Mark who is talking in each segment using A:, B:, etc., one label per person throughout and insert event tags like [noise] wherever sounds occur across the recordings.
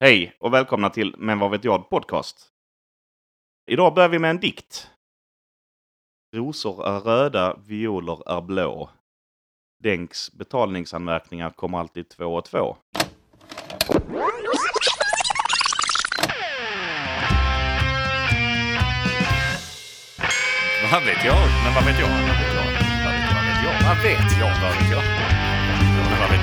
A: Hej och välkomna till Men vad vet jag podcast. Idag börjar vi med en dikt. Rosor är röda, violer är blå. Denks betalningsanmärkningar kommer alltid två och två.
B: Vad vet jag? Men vad vet jag? Vad vet jag? Vad vet jag? Vad vet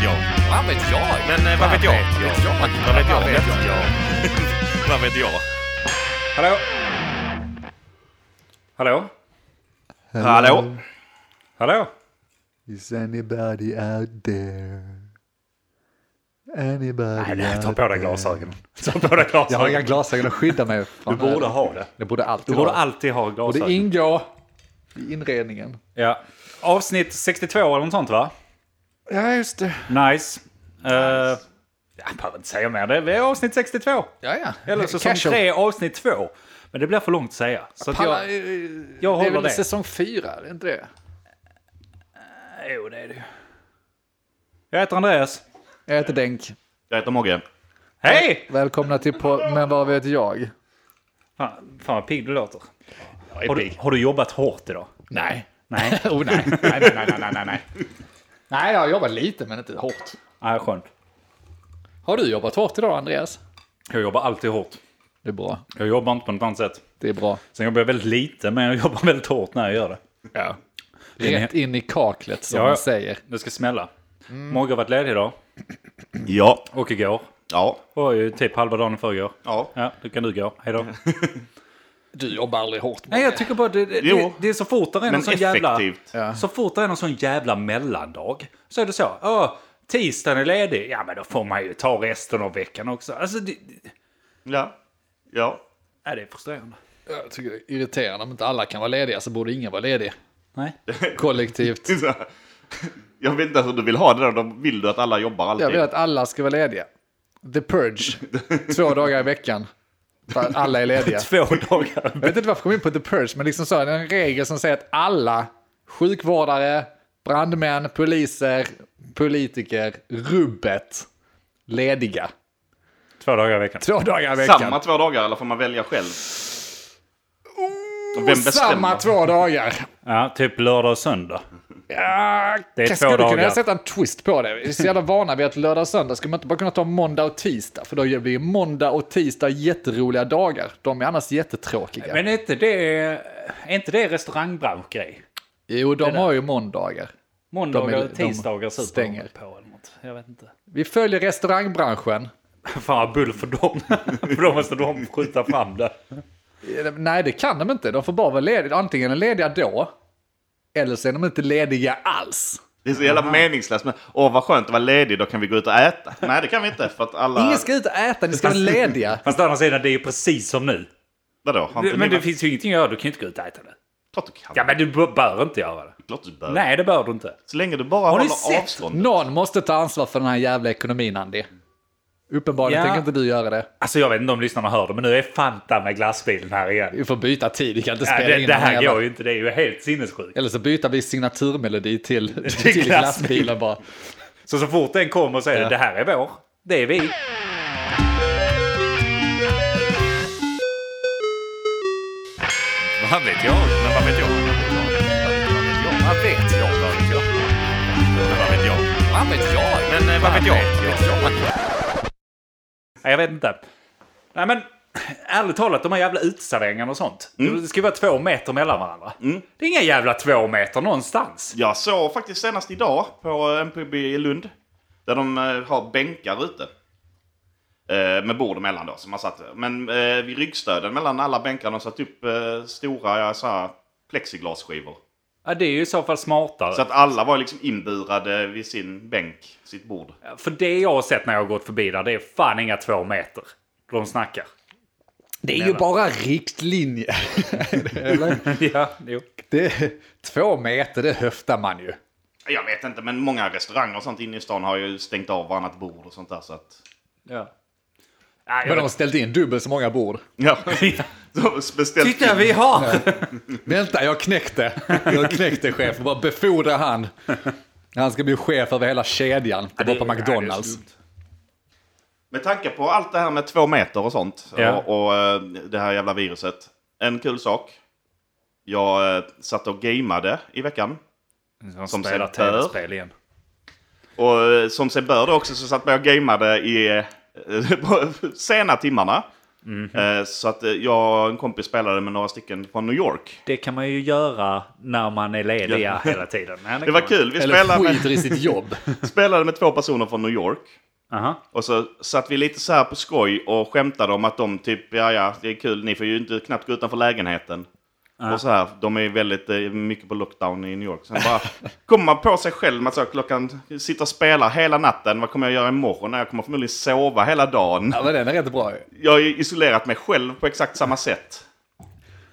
B: jag? Vad vet jag? Men vad vet jag? Vad vet jag? Men eh, vad vet jag? Vad vet jag? Vad vet jag? Vad vet jag? [laughs] Vad vet jag?
C: Hallå? Hallå?
A: Hallå?
C: Hallå?
D: Is anybody out there? Anybody
C: Nej, ta
D: out
C: på dig
D: there?
C: glasögonen. Ta på dig
D: Jag har inga
C: glasögonen.
D: glasögon att skydda mig från.
C: Du borde ha det.
D: Jag borde alltid
C: Du borde
D: ha det.
C: alltid ha
D: Och det
C: glasögon.
D: ingår i inredningen.
C: Ja. Avsnitt 62 eller något sånt va?
D: Ja, just det.
C: Nice. Eh, jag behöver inte säga mer. Det är avsnitt 62.
D: Ja, ja.
C: Eller säsong 3 avsnitt 2. Men det blir för långt att säga. Så att
D: Panna,
C: jag...
D: jag,
C: jag
D: eh, det
C: håller
D: är väl
C: det.
D: säsong fyra, är det inte det?
C: Jo, det är det ju. Jag heter Andreas.
D: Jag heter Denk.
A: Jag heter Mogge.
C: Hej!
D: Välkomna till på Men vad vet jag?
C: Fan, fan vad pigg du låter.
B: Jag är
C: Har du,
B: pigg.
C: har du jobbat hårt idag?
D: Nej.
C: Nej.
D: [laughs] oh, nej. nej, nej, nej, nej, nej, nej. Nej, jag har jobbat lite men inte hårt.
C: [laughs] Nej, skönt.
D: Har du jobbat hårt idag, Andreas?
C: Jag jobbar alltid hårt.
D: Det är bra.
C: Jag jobbar inte på något annat sätt.
D: Det är bra.
C: Sen jobbar jag väldigt lite, men jag jobbar [laughs] väldigt hårt när jag gör det.
D: Ja. Rätt in i kaklet som
C: Ja, ja.
D: man säger.
C: Det ska smälla.
D: Mm.
C: Mogge har varit ledig idag
A: Ja.
C: och igår.
A: Ja.
C: Och ju typ halva dagen för igår.
A: Ja.
C: Ja, då kan du gå. Hej då.
D: Du jobbar aldrig hårt.
C: Nej, jag tycker bara det, det,
A: Jo.
C: det, det är så fort det är någon
A: Men
C: sån jävla...
A: effektivt.
D: Ja.
C: Så fort det är någon sån jävla mellandag så är det så. Åh, tisdagen är ledig. Ja, men då får man ju ta resten av veckan också. Alltså, det, det,
A: Ja. Ja. [laughs]
C: nej, det är frustrerande.
D: Jag tycker det är irriterande. Om inte alla kan vara lediga så borde ingen vara ledig.
C: Nej.
D: Kollektivt.
A: Det är så här. Jag vet inte hur du vill ha det där. Då vill du att alla jobbar alltid.
D: Jag vill att alla ska vara lediga.
C: [laughs]
D: The Purge. Två dagar i veckan. För att Alla är
C: [laughs]
D: lediga.
C: Två dagar.
D: Jag vet inte varför jag kom in på The Purge, men liksom så, det är en regel som säger att alla sjukvårdare, brandmän, poliser, politiker, rubbet, lediga.
C: Två dagar i veckan.
D: Två dagar i veckan.
A: Samma två dagar eller får man välja själv? Och vem
D: Samma två dagar.
C: Ja, typ lördag och söndag.
D: Ja,
C: Det är
D: jag
C: två
D: skulle
C: dagar.
D: kunna sätta en twist på det. Vi är så jävla vana vid att lördag och söndag ska man inte bara kunna ta måndag och tisdag. För då blir ju måndag och tisdag jätteroliga dagar. De är annars jättetråkiga.
C: Men är inte det, är inte det restaurangbranschgrej?
D: jo, de har ju måndagar. De
C: Måndagar
D: är-
C: och tisdagar
D: de
C: super
D: stänger.
C: på eller något. Jag vet inte. [laughs]
D: Vi följer restaurangbranschen.
C: Fan vad bull för dem. [laughs] för då måste de skjuta fram det.
D: Eh, Nej, det kan de inte. De får bara vara lediga. Antingen är de lediga då, eller så är de inte lediga alls.
A: Det är så jävla meningslöst. Men, åh, vad skönt att vara ledig. Då kan vi gå ut och äta. Nej, det kan vi inte. För att alla...
D: Ingen ska ut och äta, ni ska [laughs] vara lediga.
C: Fast å andra sidan, det är ju precis som nu.
A: Vadå? Har inte
C: Men
A: ni
C: det
A: varit-
C: finns ju ingenting att göra, du kan ju inte gå ut och äta det.
A: Klart du kan.
C: Ja, men du b- bör inte göra det.
A: Klart du bör.
C: Nej, det bör du inte.
A: Så länge du bara
C: ni
A: håller
C: sett?
A: avstånd.
D: Någon måste ta ansvar för den här jävla ekonomin, Andy. Uppenbarligen
C: Ja.
D: tänker inte du göra det.
C: Alltså jag vet inte om lyssnarna hör det, men nu är Fanta med glassbilen här igen.
D: Vi får byta tid, vi kan inte
C: Ja,
D: spela
C: det,
D: in
C: det
D: den
C: här
D: jävla-
C: går ju inte, det är ju helt sinnessjukt.
D: Eller så byter vi signaturmelodi till, till glassbilen bara.
C: Så så fort den kommer så är det det här är vår. Det är vi. Vad vet jag? Men vad vet jag? Vad vet jag? Vad vet jag? Men vad vet jag? Vad vet jag? Men eh, vad vet jag? Nej, jag vet inte. Nej, men ärligt talat, de här jävla uteserveringarna och sånt. Det ska ju vara två meter mellan varandra. Det är inga jävla två meter någonstans.
A: Jag såg faktiskt senast idag på en pub i Lund. Där de eh, har bänkar ute. Eh, Med bord emellan då. Som man satt. Men eh, vid ryggstöden mellan alla bänkar de satt upp eh, stora ja, så här, plexiglasskivor.
C: Ja, det är ju i så fall smartare.
A: Så att alla var liksom inburade vid sin bänk, sitt bord.
C: För det jag har sett när jag har gått förbi där, det är fan inga två meter. De snackar.
D: Det är ju bara [laughs] riktlinjer.
C: [laughs] ja, jo.
D: Det är, två meter, det höftar man ju.
A: Jag vet inte, men många restauranger och sånt inne i stan har ju stängt av varannat bord och sånt där. Så att...
C: Ja. Nej,
D: Men
C: jag
D: de har ställt in dubbelt så många bord.
A: [laughs] Ja.
C: vet-
A: Så beställt
C: Titta,
A: in.
C: vi har!
D: Vänta, jag knäckte. Jag knäckte chefen. Bara befordra han. Han ska bli chef över hela kedjan. Det var
C: Ja, det- ja,
D: på
C: det är
D: McDonalds.
C: skumt.
A: Med tanke på allt det här med två meter och sånt
C: Ja.
A: och, och eh, det här jävla viruset. En kul sak. Jag eh, satt och gamade i veckan.
C: Han
A: Som
C: spelar
A: sig bör.
C: tv-spel igen.
A: Och eh, som sig bör då också så satt jag och gamade i eh, [laughs] på sena timmarna. Eh, Så att eh, jag och en kompis spelade med några stycken från New York.
C: Det kan man ju göra när man är lediga [laughs] hela tiden. Nej,
A: Det
C: kan
A: var
C: man.
A: kul. Vi
D: Eller
A: spelade med,
D: skiter i sitt jobb.
A: spelade med två personer från New York.
C: Aha.
A: Och så satt vi lite så här på skoj och skämtade om att de typ, ja ja, det är kul, ni får ju inte knappt gå utanför lägenheten. Och så här, de är ju väldigt eh, mycket på lockdown i New York. Sen bara [laughs] kommer man på sig själv med att så här, klockan, sitta och spela hela natten, vad kommer jag göra imorgon? Jag kommer förmodligen sova hela dagen.
D: Ja, men den är rätt bra ju.
A: Jag har ju isolerat mig själv på exakt samma sätt.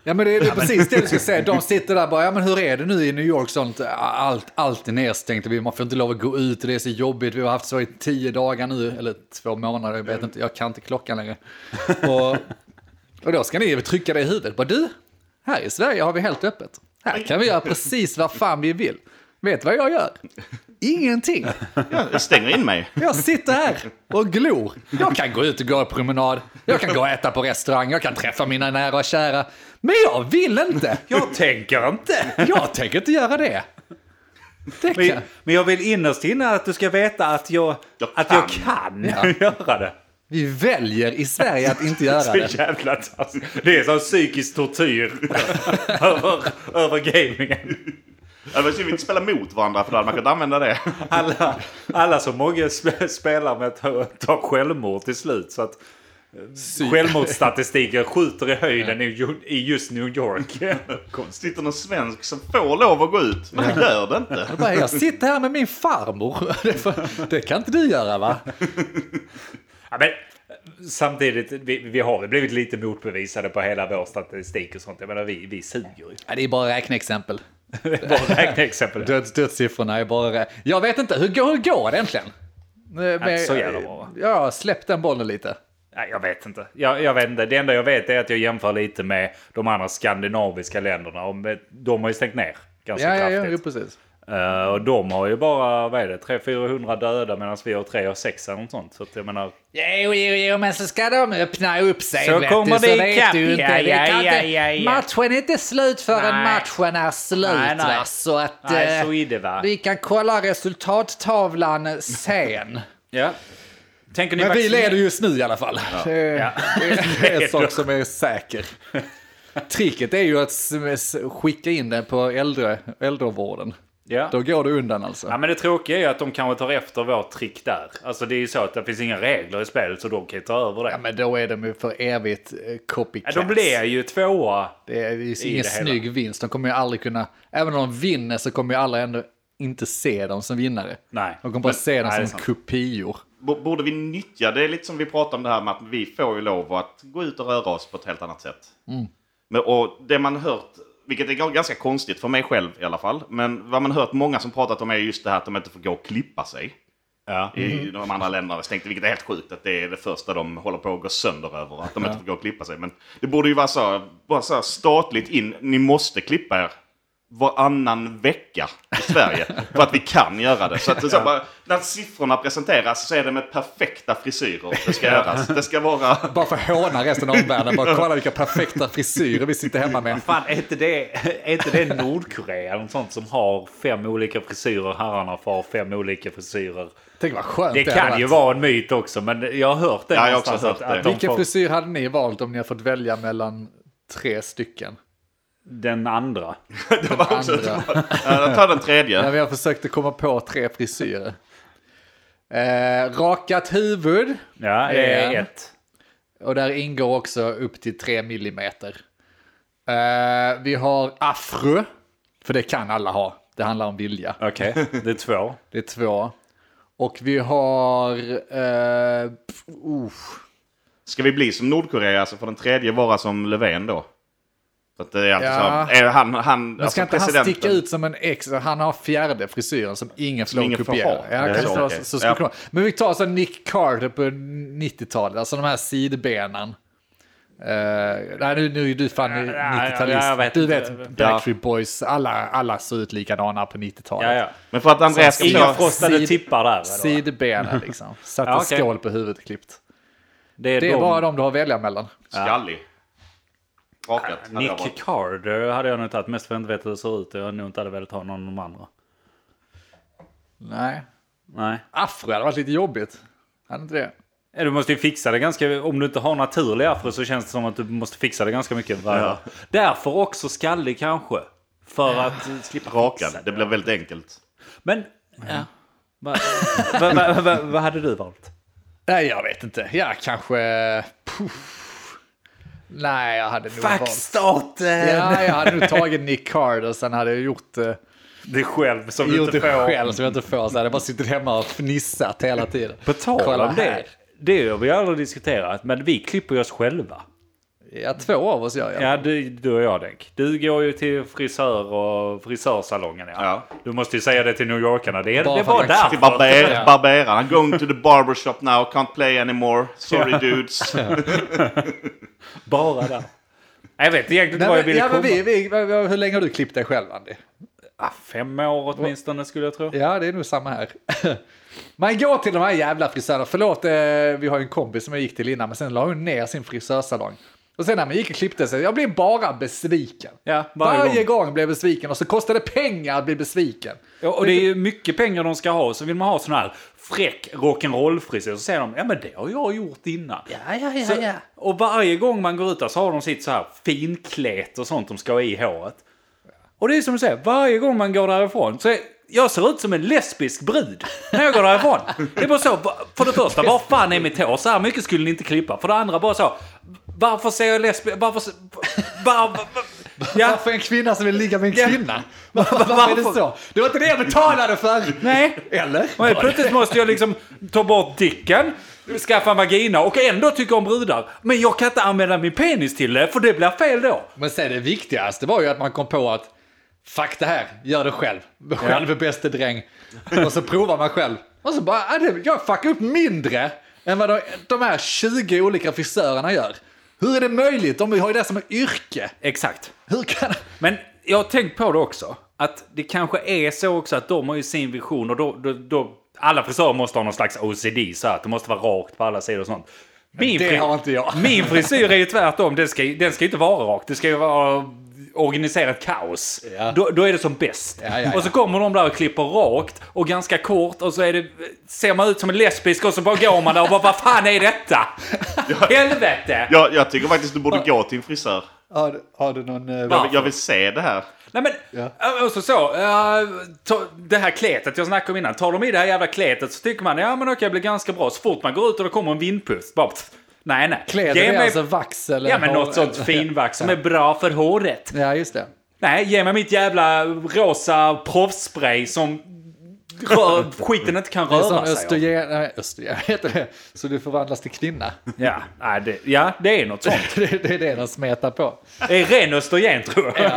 D: Ja, men det är det är precis det du ska säga. De sitter där bara, ja men hur är det nu i New York? Sånt, allt, allt är nedstängt, Vi- man får inte lov att gå ut, det är så jobbigt. Vi har haft så i tio dagar nu, eller två månader, jag vet inte, jag kan inte klockan längre. Och, och då ska ni trycka det i huvudet. Bara du, här i Sverige har vi helt öppet. Här kan vi göra precis vad fan vi vill. Vet du vad jag gör? Ingenting.
A: Jag stänger in mig.
D: Jag sitter här och glor. Jag kan gå ut och gå en promenad. Jag kan gå och äta på restaurang. Jag kan träffa mina nära och kära. Men jag vill inte.
C: Jag tänker inte.
D: Jag tänker inte göra det. Det
C: Men,
D: kan...
C: men jag vill innerst inne att du ska veta att jag,
A: Jag
C: att jag kan [laughs] göra det.
D: Vi väljer i Sverige att inte göra
C: Så
D: det.
C: jävla [laughs] taskigt. Det är som psykisk tortyr [laughs] över, över gamingen.
A: Det var synd vi inte spelade mot varandra för då hade man kunnat använda det.
C: Alla, alla som många sp- spelar med tar, tar självmord till slut. Så att eh,
D: [laughs]
C: självmordsstatistiken skjuter i höjden i ju- i just New York.
A: Sitter någon svensk som får lov att gå ut, men han gör det inte.
D: Bara, [laughs] Jag sitter här med min farmor. [laughs] Det får- Det kan inte du göra va?
C: Ja, men, eh, samtidigt, vi, vi har väl blivit lite motbevisade på hela vår statistik och sånt. Jag menar, vi, vi suger ju.
D: Ja, Det är bara räkneexempel.
C: [laughs] Bara räkna exempel.
D: Döds, dödssiffrorna är bara... Jag vet inte, hur går, hur går det egentligen?
C: Inte så jävla bra, va?
D: Ja, släpp den bollen lite.
C: Nej, jag vet inte. Jag, jag vet inte. Det enda jag vet är att jag jämför lite med de andra skandinaviska länderna. Och De har ju stängt ner ganska
D: Ja, ja, ja, jo,
C: kraftigt.
D: precis.
C: Eh, och de har ju bara, vad är det, 300-400 döda medan vi har 3 och 6 eller något sånt. Så att jag menar,
D: Jo, jo, jo, men så ska de öppna upp sig.
C: Så
D: vet
C: kommer
D: du,
C: det
D: så vet
C: ikapp,
D: du inte.
C: ja,
D: Vi
C: ja,
D: kan
C: ja,
D: inte-
C: ja, ja.
D: Matchen är inte slut förrän
C: Nej.
D: matchen är slut.
C: Nej, nej.
D: Va? Så att
C: Nej,
D: eh,
C: så är det, va?
D: vi kan kolla
C: [laughs]
D: resultattavlan sen.
C: ja. Tänker ni
D: men vi
C: vaccin-
D: leder just nu i alla fall. Det,
C: Ja. [laughs]
D: det är en sak som är säker. Tricket är ju att s- s- skicka in den på äldre, äldrevården.
C: Ja.
D: Då går det undan alltså.
C: Ja, men det tråkiga är ju att de kanske tar efter vårt trick där. Alltså det är ju så att det finns inga regler i spelet så de kan ju ta över det.
D: Ja, men då är de ju för evigt eh,
C: Ja,
D: copycats.
C: de blir ju tvåa.
D: Det är ju ingen
C: det hela.
D: snygg vinst. De kommer ju aldrig kunna, även om de vinner så kommer ju alla ändå inte se dem som vinnare.
C: Nej.
D: De kommer bara
C: Men-
D: se dem
C: nej, det är
D: som
C: sant.
D: kopior.
A: B- Borde vi nyttja det? är lite som vi pratade om det här med att vi får ju lov att gå ut och röra oss på ett helt annat sätt. Men, och det man hört, vilket är g- ganska konstigt för mig själv i alla fall, men vad man hört många som pratat om är just det här att de inte får gå och klippa sig.
C: Ja.
A: I de andra länderna stängt, vilket är helt sjukt att det är det första de håller på att gå sönder över. Att de inte får gå och klippa sig. Men det borde ju vara så, bara så här statligt in, ni måste klippa er varannan vecka i Sverige. för att vi kan göra det. Så att det är så bara, när siffrorna presenteras så är det med perfekta frisyrer det ska göras. Det ska vara...
D: Bara för att håna resten av omvärlden. Bara kolla vilka perfekta frisyrer vi sitter hemma med.
C: Fan, är inte det, är inte det Nordkorea eller något sånt som har fem olika frisyrer? Herrarna får fem olika frisyrer.
D: Tänk vad skönt
C: Det
D: hade
C: kan ju
D: varit.
C: vara en myt också, men jag har hört det
A: Ja, jag har
C: någonstans
A: också hört
C: att,
A: det.
C: att de
D: Vilken
C: får
D: frisyr hade ni valt om ni hade fått välja mellan tre stycken?
C: den andra.
A: det var också,
D: andra.
A: Ja, ta den tredje.
D: När vi har försökt att komma på tre frisyrer. Eh, rakat huvud.
C: Ja, det är
D: Ja.
C: ett.
D: Och där ingår också upp till 3 millimeter. Eh, vi har afro, för det kan alla ha. Det handlar om vilja.
C: Okej, det är två.
D: Det är två. Och vi har... Eh, pff, uh,
A: Ska vi bli som Nordkorea så får den tredje vara som Löfven då. För att det är alltid
D: Ja.
A: så. Är han, han,
D: men
A: alltså
D: ska inte han sticka
A: presidenten-
D: ut som en ex? Alltså, Han har fjärde frisyren som ingen får lov
A: ingen
D: att
A: får
D: kopiera.
A: ha.
D: Ja,
A: Det är
D: kan
A: så,
D: så,
A: okej.
D: så, så skulle
A: Ja.
D: det kunna vara. Men vi tar så Nick Carter på 90-talet, alltså de här sidbenen. Eh, nej, nu, nu är du fan
C: ja, jag
D: 90-talist.
C: vet
D: Du
C: inte.
D: vet Backstreet Boys, alla, alla såg ut likadana på
C: [laughs]
D: 90-talet.
C: Ja, ja.
A: Men för att Andreas
D: Som ska
A: ska
C: Inga
A: få...
C: frostade
D: Sid-
C: tippar där. eller vad? [laughs]
D: Sidbenen liksom. Satt
C: Ja,
D: en
C: okej.
D: skål på huvudet klippt.
C: Det är,
D: Det är
C: de-
D: bara de du har att välja mellan.
A: Skallig. Rakat. hade jag varit.
C: Nick Card eh, hade jag nog tagit mest för att jag inte vet hur det ser ut. Jag hade nog inte hade velat ha någon av de andra.
D: Nej.
C: Nej.
D: Afro hade varit lite jobbigt. Hade inte det?
C: Eh, Du måste ju fixa det ganska... Om du inte har naturliga afro så känns det som att du måste fixa det ganska mycket. varje dag. Därför också skallig kanske. För att eh, slippa
A: Rakad.
C: fixa
A: Det blev väldigt enkelt.
C: Men... Ja. Vad vad- vad- vad- vad hade du valt?
D: Nej, jag vet inte. Ja, kanske... Puff. Nej, jag hade nog valt...
C: staten!
D: Ja, jag hade nog tagit Nick Card och sen hade jag gjort, eh,
C: Det är själv som du
D: gjort
C: inte
D: det
C: får.
D: själv som jag inte får. Så hade jag bara suttit hemma och fnissat hela tiden.
C: På tal
D: Kolla
C: om det.
D: här.
C: Det har vi aldrig diskuterat, men vi klipper ju oss själva.
D: Ja, två av oss gör jag.
C: Ja, du, du och jag Denk. Du går ju till frisör och frisörsalongen. Ja.
A: Ja.
C: Du måste ju säga det till New Yorkarna. Det,
D: Bara
C: det
D: för
C: var
D: att jag-
A: Till
C: därför.
A: barber, barberaren. I'm going to the barbershop now. Can't play anymore. Sorry dudes.
C: Bara där. Nej, Jag vet egentligen inte
D: Nej,
C: vad jag
D: men,
C: ville
D: ja,
C: komma.
D: men vi, vi, hur länge har du klippt dig själv, Andy?
C: Ah, Fem år åtminstone skulle jag tro.
D: Ja, det är nog samma här. [laughs] Man går till de här jävla frisörerna. Förlåt, eh, vi har ju en kompis som jag gick till innan, men sen la hon ner sin frisörsalong. Och sen när man gick och klippte sig, jag blev bara besviken.
C: Ja, varje
D: varje gång. blev jag besviken och så kostade det pengar att bli besviken.
C: Ja, och det är ju mycket pengar de ska ha. Så vill man ha sån här fräck rock'n'roll-frisyr så säger de ja men det har jag gjort innan.
D: Ja, ja, ja,
C: Så, Och varje gång man går ut där så har de sitt så här finklet och sånt de ska ha i håret. Och det är som du säger, varje gång man går därifrån så är, jag ser ut som en lesbisk brud när jag går därifrån. Det är bara så, va- för det första, var fan är mitt hår? Så här mycket skulle ni inte klippa. För det andra bara så, varför ser jag lesbisk, varför, se- var, var, ja,
D: Varför en kvinna som vill ligga med en
C: Ja.
D: kvinna? Varför, varför är det så? Det var inte det jag betalade för!
C: nej.
D: Eller?
C: Och helt plötsligt måste jag liksom ta bort dicken, skaffa en vagina och ändå tycka om brudar. Men jag kan inte använda min penis till det, för det blir fel då.
D: Men sen det viktigaste var ju att man kom på att fuck det här, gör det själv. Själv är bäste dräng. Och så provar man själv. Och så bara, "Ah, det- jag fuckar upp mindre än vad de, de här 20 olika frisörerna gör. Hur är det möjligt? De har ju det som ett yrke.
C: Exakt.
D: Hur kan...
C: Men jag har tänkt på det också. Att det kanske är så också att de har ju sin vision och då... då, då alla frisörer måste ha någon slags OCD så här, att det måste vara rakt på alla sidor och sånt. Min
D: det
C: fri-
D: har inte jag.
C: [laughs] Min frisyr är ju tvärtom. Den ska, den ska ju inte vara rak. Det ska ju vara organiserat kaos.
D: Ja.
C: Då, då är det som bäst.
D: Ja, ja, ja.
C: Och så kommer de där och klipper rakt och ganska kort och så är det, ser man ut som en lesbisk och så bara går man där och bara vad fan är
D: [laughs]
C: detta? Helvete!
A: Jag, jag tycker faktiskt du borde gå till en frisör.
D: Har, du- har du någon... eh,
A: Jag vill, jag vill se det här.
C: Nej men, äh, och så så. äh, ta, det här kletet jag snackade om innan. Tar de i det här jävla kletet så tycker man ja men okej det blir ganska bra. Så fort man går ut och det kommer en vindpust. Bara, pff, nej nej.
D: Kläder
C: Ge
D: är
C: mig-
D: alltså vax eller...
C: Ja men
D: hår-
C: något sånt finvax som är bra för håret.
D: Ja, just det.
C: Nej, ge mig mitt jävla rosa proffsspray som rör,
D: [laughs]
C: skiten inte kan
D: Det är
C: röra
D: som
C: sig. av.
D: östrogen... Nej, [laughs] östrogen heter det. Så du förvandlas till kvinna. [laughs]
C: Ja, nej, det, ja, det är något sånt.
D: Det, det är det de smetar på.
C: Det är ren östrogen tror jag.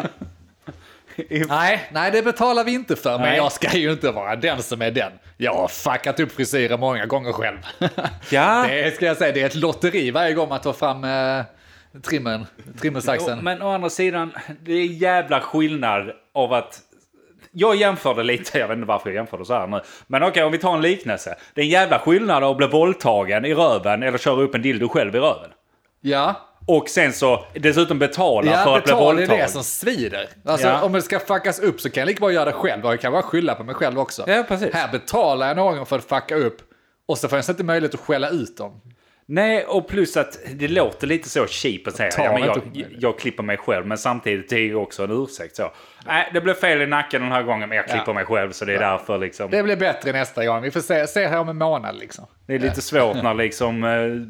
D: Nej, nej, det betalar vi inte för. Men
C: Nej.
D: jag ska ju inte vara den som är den. Jag har fuckat upp frisyrer många gånger [laughs] själv.
C: Ja.
D: Det ska jag säga, det är ett lotteri varje gång man tar fram eh, trimmen, trimmersaxen.
C: Men å andra sidan, det är jävla skillnad av att... Jag jämförde lite, jag vet inte varför jag jämförde så här nu. Men okej, om vi tar en liknelse. Det är en jävla skillnad av att bli våldtagen i röven eller köra upp en dildo själv i röven.
D: ja,
C: Och sen så dessutom betala för
D: ja
C: att bli
D: betal är
C: våldtagen.
D: det som svider. Alltså,
C: Ja.
D: Om det ska fuckas upp så kan jag lika bra göra det själv och jag kan bara skylla på mig själv också.
C: Ja, precis.
D: Här betalar jag någon för att fucka upp och så får jag inte möjlighet att skälla ut dem.
C: Nej, och plus att det låter lite så cheap att säga
D: Ta
C: ja, men
D: inte
C: jag,
D: upp mig.
C: jag, klipper mig själv, men samtidigt det är ju också en ursäkt. Så. Nej, det blev fel i nacken den här gången, men jag klipper
D: Ja.
C: mig själv så det är därför liksom.
D: Det blir bättre nästa gång. Vi får se, se här om en månad liksom.
C: Det är lite svårt när liksom eh,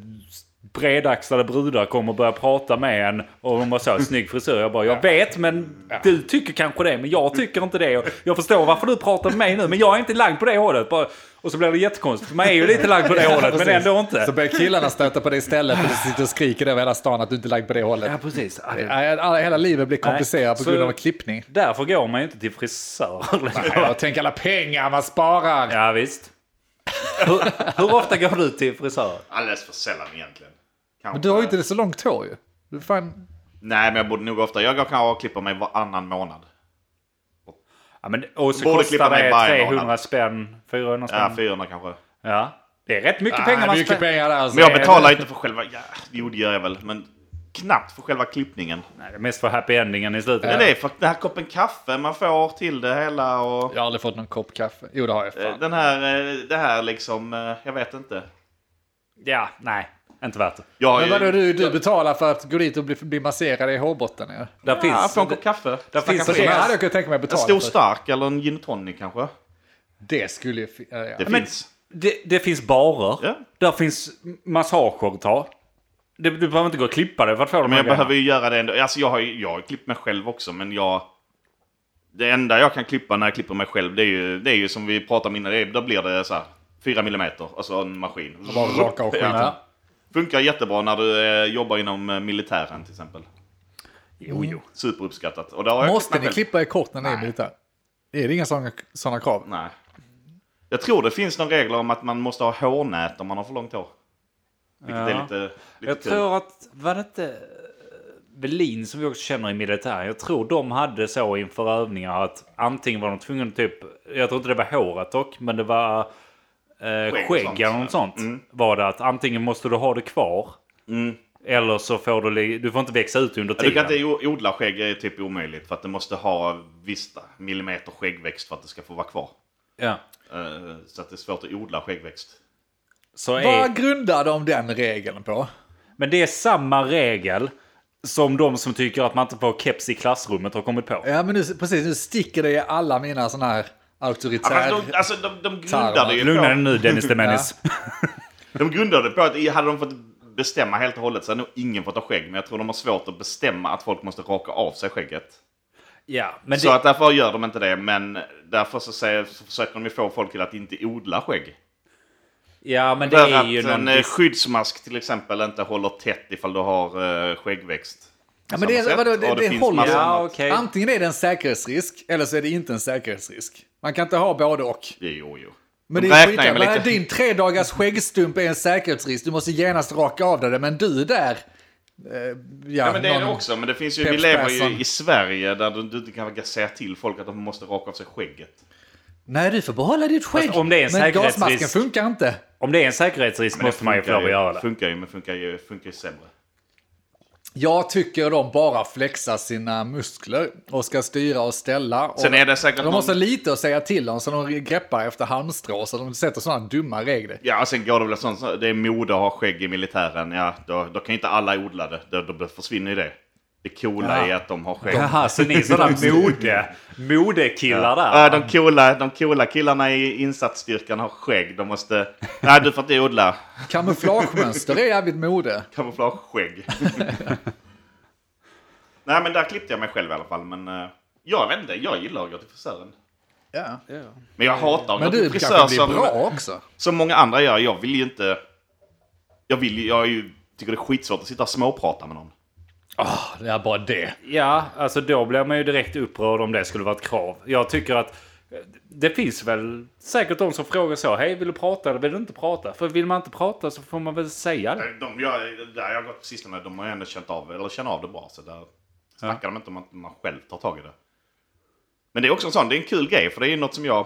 C: bredaxlade brudar kommer och börjar prata med en och de bara så här, snygg frisyr. Jag bara, jag vet men du tycker kanske det men jag tycker inte det. Och Jag förstår varför du pratar med mig nu men jag är inte lagd på det hållet. Bara, och så blir det jättekonstigt för man är ju lite lagd på det hållet men
D: precis.
C: ändå inte.
D: Så börjar killarna stöta på det istället och det sitter och skriker över hela stan att du inte är lagd på det hållet.
C: Ja precis. Ja, det-
D: Nej, alla- Hela livet blir komplicerat
C: Nej,
D: på grund
C: så-
D: av klippning.
C: Därför går man ju inte till frisör längre.
D: Nej, och tänk alla pengar man sparar.
C: Ja visst. Hur, hur ofta går du till frisör?
A: Alldeles för sällan egentligen. Kanske.
D: Men du har ju inte det så långt hår ju. Du är fan...
A: Nej, men jag borde nog ofta... Jag går kanske och klipper mig varannan månad.
C: Ja, men, och så
A: Borde
C: kostar
A: klippa mig
C: det
A: varje
C: 300
A: månad.
D: Mm.
C: spänn, 400 spänn.
A: Ja, 400 kanske.
C: Ja. Det är rätt mycket
D: Ah,
C: pengar man
D: mycket
C: spä-
D: pengar där. Alltså.
A: Men jag betalar inte för själva... Ja, jo, det gör jag väl. Men knappt för själva klippningen.
C: Nej, det är mest för happy-endingen i slutet.
A: Men det är för den här koppen kaffe man får till det hela och...
D: Jag har aldrig fått någon kopp kaffe. Jo, det har jag.
A: eh,
D: Fan.
A: Den här, eh, det här liksom, eh, jag vet inte.
C: Ja, nej. Inte värt det.
A: Jag har
D: Men vadå,
A: ju...
D: du, du betalar för att gå dit och bli, bli masserad i hårbotten? Ja.
C: Där
A: Ja,
C: finns...
A: får en kopp kaffe.
C: där
A: Snacka
C: finns
D: Så
C: det
A: skit.
D: det
C: finns-
D: hade jag kunnat tänka mig att
A: En
D: betala
A: stor
D: för.
A: stark eller en gin och tonic kanske.
D: Det skulle ju... fi- Ja, ja.
A: Det
C: Men-
A: finns.
C: Det, det finns barer.
A: Ja.
C: Där finns massager att ta. Du, du behöver inte gå och klippa dig för att få de
A: Men
C: här
A: jag
C: grejerna.
A: behöver ju göra det ändå. Alltså jag har ju jag har ju klippt mig själv också, men jag... Det enda jag kan klippa när jag klipper mig själv, det är ju, det är ju som vi pratade om innan. Det, då blir det så här 4 millimeter, alltså en maskin.
D: Bara raka av skiten.
A: Ja. Funkar jättebra när du eh, jobbar inom eh, militären till exempel.
C: Jo,
A: Mm.
C: jo.
A: Superuppskattat. Och där har jag
D: Måste
A: klippt
D: ni
A: mig själv.
D: klippa er kort när ni är militär? Är det inga sådana, sådana krav?
A: Nej. Jag tror det finns några regler om att man måste ha hårnät om man har för långt hår. Vilket
C: Ja.
A: är lite, lite
C: Jag
A: kul.
C: tror att... Var det inte eh, Berlin som vi också känner i militären? Jag tror de hade så inför övningar att antingen var de tvungna typ... Jag tror inte det var håret dock, men det var... Eh,
A: och sånt,
C: skägg eller något
A: ja. Mm.
C: sånt. Var det att antingen måste du ha det kvar. Eller så får du... li- Du får inte växa ut under
A: Ja, Du
C: tiden.
A: kan inte o- odla skägg, är typ omöjligt. För att du måste ha visst millimeter skäggväxt för att det ska få vara kvar.
C: Ja.
A: Eh, Så att det är svårt att odla skäggväxt.
C: Så är...
D: Vad grundar de den regeln på?
C: Men det är samma regel som de som tycker att man inte får keps i klassrummet har kommit på.
D: Ja, men nu, precis, nu sticker det i alla mina sådana här
A: Ja,
D: auktoritär...
A: fast de, alltså, de, de,
D: Tarvar.
A: grundade ju
C: Lugna
A: på,
C: dig
A: [laughs]
C: nu Dennis Demenis.
A: de grundade på att hade de fått bestämma helt och hållet så hade nog ingen fått ha skägg. Men jag tror de har svårt att bestämma att folk måste raka av sig skägget.
C: ja, men
A: Så
C: det,
A: att därför gör de inte det. Men därför så, säger, så försöker de ju få folk till att inte odla skägg.
C: ja, men det
A: För
C: är
A: att
C: ju
A: en
C: någon...
A: eh, skyddsmask till exempel inte håller tätt ifall du har uh, skäggväxt.
D: Ja,
A: På
D: men det,
A: samma
D: är-
A: sätt.
D: vadå,
A: Och
D: det, det,
A: finns
D: håller
A: massa
D: ju.
A: annat.
C: Ja, okej.
D: Antingen är det en säkerhetsrisk eller så är det inte en säkerhetsrisk. Man kan inte ha både och.
A: Jo, jo.
D: Men
A: De
D: det är
A: räknar ju
D: skitsamma.
A: med
D: Men
A: lite-
D: Din tre dagars skäggstump är en säkerhetsrisk. Du måste genast raka av dig det. Men du där... eh, ja,
A: Ja, men det är det
D: någon-
A: också. Men det finns ju, vi
D: Peps
A: lever ju
D: Persson.
A: i Sverige där du, du inte kan säga till folk att de måste raka av sig skägget.
D: Nej, du får behålla ditt skägg.
C: Fast om det är en
D: men
C: säkerhetsrisk-
D: gasmasken funkar inte.
C: Om det är en säkerhetsrisk måste man ju få lov att göra det.
A: Funkar ju, men funkar ju, funkar ju sämre.
D: Jag tycker de bara flexar sina muskler och ska styra och ställa. Och
A: Sen är det säkert
D: de
A: någon...
D: måste lite att säga till om så de greppar efter halmstrå så de sätter sådana dumma regler.
A: Ja, och sen går det väl sånt, så- det är mode att ha skägg i militären. Ja, då, då kan ju inte alla odla det. Då, då försvinner ju det. Det coola
D: Ja.
A: är att de har skägg.
C: Jaha, så ni
A: [laughs]
C: är sådana mode, modekillar
A: Ja,
C: där?
A: de, coola, de coola killarna i insatsstyrkan har skägg. De måste... Nej, du får inte odla.
D: Kamouflagemönster är jävligt mode. [laughs]
A: Kamouflage-skägg. Nej, men där klippte jag mig själv i alla fall. Men eh, jag vet inte, jag gillar att gå till frisören.
D: Ja.
A: Men jag hatar att
D: Men
A: gå
D: du
A: till
D: kanske
A: frisör
D: blir bra
A: som,
D: också.
A: som många andra gör. Jag vill ju inte... Jag vill ju... Jag är ju, tycker det är skitsvårt att sitta och småprata med någon.
D: Ah, det är bara det.
C: Ja, alltså då blir man ju direkt upprörd om det skulle vara ett krav. Jag tycker att eh, det finns väl säkert de som frågar så. Hej, vill du prata eller vill du inte prata? För vill man inte prata så får man väl säga det.
A: De jag, där jag har gått på sistone, de har ju ändå känt av, eller känner av det bra. Så där snackar de inte om att man själv tar tag i det. Men det är också en sån, det är en kul grej. För det är ju något som jag